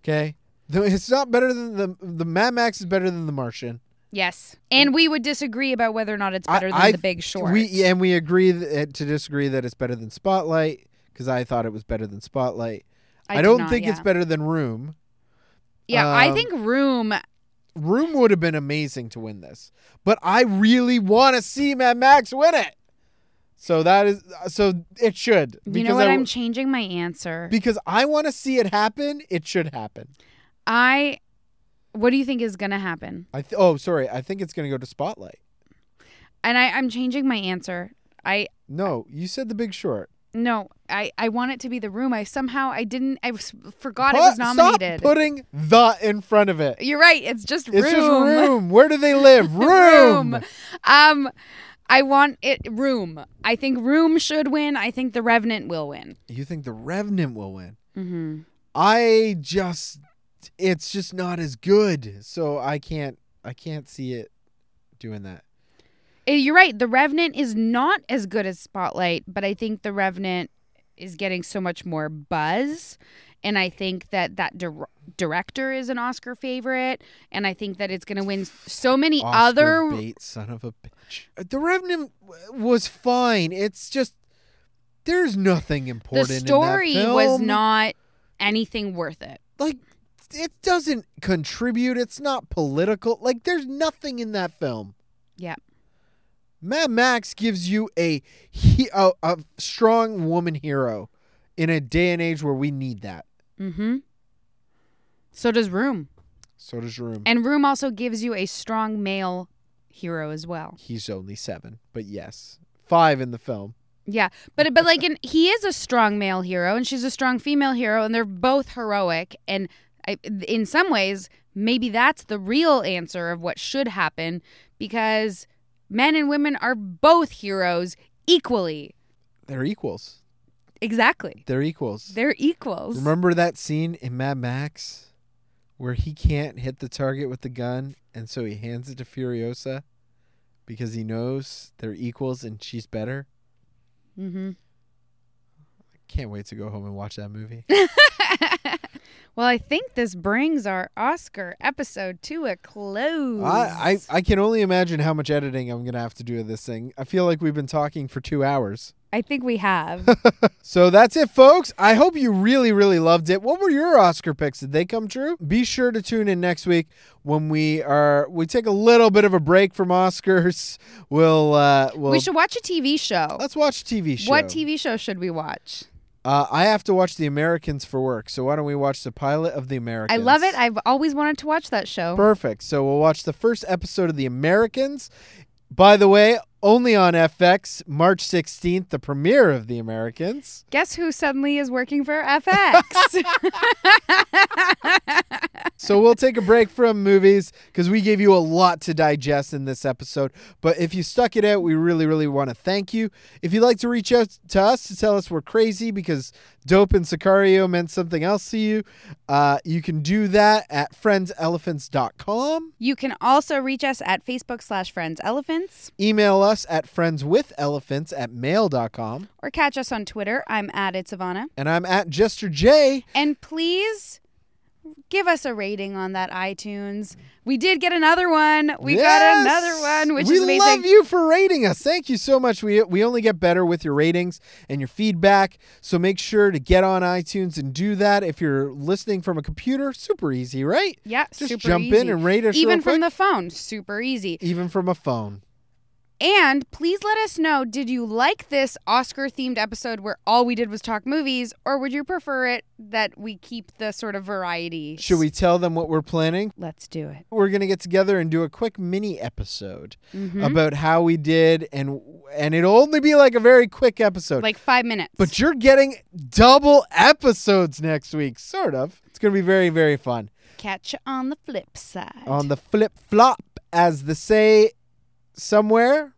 [SPEAKER 2] Okay? Though It's not better than the the Mad Max is better than The Martian.
[SPEAKER 1] Yes. And we would disagree about whether or not it's
[SPEAKER 2] I-
[SPEAKER 1] better than
[SPEAKER 2] I-
[SPEAKER 1] The Big Short.
[SPEAKER 2] We yeah, and we agree th- eh, to disagree that it's better than Spotlight because I thought it was better than Spotlight. I,
[SPEAKER 1] did
[SPEAKER 2] don't
[SPEAKER 1] not,
[SPEAKER 2] think
[SPEAKER 1] yeah.
[SPEAKER 2] it's better than Room.
[SPEAKER 1] Yeah, I
[SPEAKER 2] um,
[SPEAKER 1] think Room
[SPEAKER 2] Room would have been amazing to win this, but I really want to see Mad Max win it. So that is uh, so it should.
[SPEAKER 1] you know what?
[SPEAKER 2] I,
[SPEAKER 1] I,
[SPEAKER 2] w-
[SPEAKER 1] am changing my answer.
[SPEAKER 2] because I want to see it happen. It should happen.
[SPEAKER 1] I What do you think is going to happen?
[SPEAKER 2] I th- oh, sorry. I think it's going to go to Spotlight.
[SPEAKER 1] And I, I'm changing my answer. I
[SPEAKER 2] No, you said The Big Short.
[SPEAKER 1] no, I I want it to be the room. I somehow I didn't. I s- forgot it
[SPEAKER 2] Put-
[SPEAKER 1] was nominated.
[SPEAKER 2] Stop putting the in front of it.
[SPEAKER 1] You're right. It's just room.
[SPEAKER 2] It's just room. Where do they live? Room.
[SPEAKER 1] room. Um, I want it room. I think room should win. I think the Revenant will win.
[SPEAKER 2] You think The Revenant will win?
[SPEAKER 1] Mm-hmm.
[SPEAKER 2] I just it's just not as good. So I can't I can't see it doing that.
[SPEAKER 1] Uh, You're right. The Revenant is not as good as Spotlight, but I think the Revenant is getting so much more buzz, and I think that that dir- director is an Oscar favorite, and I think that it's going to win so many
[SPEAKER 2] Oscar
[SPEAKER 1] other.
[SPEAKER 2] bait son of a bitch. The Revenant w- was fine. It's just there's nothing
[SPEAKER 1] the
[SPEAKER 2] important.
[SPEAKER 1] story
[SPEAKER 2] in that film.
[SPEAKER 1] was not anything worth it.
[SPEAKER 2] like it doesn't contribute. It's not political. Like there's nothing in that film.
[SPEAKER 1] Yeah.
[SPEAKER 2] Mad Max gives you a he- a, a strong woman hero in a day and age where we need that.
[SPEAKER 1] Mm-hmm. So does Room,
[SPEAKER 2] So does Room.
[SPEAKER 1] and Room also gives you a strong male hero as well.
[SPEAKER 2] He's only seven, but yes, five in the film.
[SPEAKER 1] Yeah, but but like, and he is a strong male hero, and she's a strong female hero, and they're both heroic. And I, in some ways, maybe that's the real answer of what should happen, because men and women are both heroes equally.
[SPEAKER 2] They're equals.
[SPEAKER 1] Exactly,
[SPEAKER 2] They're equals.
[SPEAKER 1] they're equals.
[SPEAKER 2] Remember that scene in Mad Max where he can't hit the target with the gun, and so he hands it to Furiosa because he knows they're equals and she's better.
[SPEAKER 1] Mm-hmm.
[SPEAKER 2] Can't wait to go home and watch that movie.
[SPEAKER 1] well, I think this brings our Oscar episode to a close.
[SPEAKER 2] I, I I can only imagine how much editing I'm gonna have to do of this thing. I feel like we've been talking for two hours.
[SPEAKER 1] I think we have.
[SPEAKER 2] So that's it, folks. I hope you really, really loved it. What were your Oscar picks? Did they come true? Be sure to tune in next week when we are we take a little bit of a break from Oscars. We'll uh, we'll
[SPEAKER 1] we should watch a TV show.
[SPEAKER 2] let's watch a TV show.
[SPEAKER 1] What TV show should we watch?
[SPEAKER 2] Uh, I have to watch The Americans for work. So why don't we watch the pilot of The
[SPEAKER 1] I
[SPEAKER 2] Americans?
[SPEAKER 1] love it. I've always wanted to watch that show.
[SPEAKER 2] Perfect. So we'll watch the first episode of The Americans. By the way, only on FX, March 16th, the premiere of The Americans.
[SPEAKER 1] Guess who suddenly is working for FX?
[SPEAKER 2] So we'll take a break from movies because we gave you a lot to digest in this episode. But if you stuck it out, we really, really want to thank you. If you'd like to reach out to us to tell us we're crazy because Dope and Sicario meant something else to you, uh, you can do that at friendselephants.com.
[SPEAKER 1] you can also reach us at Facebook slash Friends Elephants
[SPEAKER 2] Email us at friendswithelephants at mail.com.
[SPEAKER 1] or catch us on Twitter. I'm at It's Ivana.
[SPEAKER 2] And I'm at Jester J.
[SPEAKER 1] And please give us a rating on that iTunes. We did get another one. We got
[SPEAKER 2] Yes!
[SPEAKER 1] another one, which
[SPEAKER 2] we
[SPEAKER 1] is amazing.
[SPEAKER 2] love you for rating us. Thank you so much. We we only get better with your ratings and your feedback. So make sure to get on iTunes and do that. If you're listening from a computer, super easy, right?
[SPEAKER 1] Yeah,
[SPEAKER 2] Just
[SPEAKER 1] super
[SPEAKER 2] jump
[SPEAKER 1] easy.
[SPEAKER 2] in and rate us
[SPEAKER 1] Even
[SPEAKER 2] real
[SPEAKER 1] from the
[SPEAKER 2] quick.
[SPEAKER 1] phone, super easy.
[SPEAKER 2] even from a phone.
[SPEAKER 1] And please let us know did you like this Oscar themed episode where all we did was talk movies, or would you prefer it that we keep the sort of variety?
[SPEAKER 2] Should we tell them what we're planning?
[SPEAKER 1] Let's do it.
[SPEAKER 2] We're gonna get together and do a quick mini episode
[SPEAKER 1] Mhm.
[SPEAKER 2] about how we did, and and it'll only be like a very quick episode.
[SPEAKER 1] Like five minutes.
[SPEAKER 2] But you're getting double episodes next week, sort of. It's gonna be very very fun.
[SPEAKER 1] catch you on the flip side.
[SPEAKER 2] on the flip flop, as they say somewhere.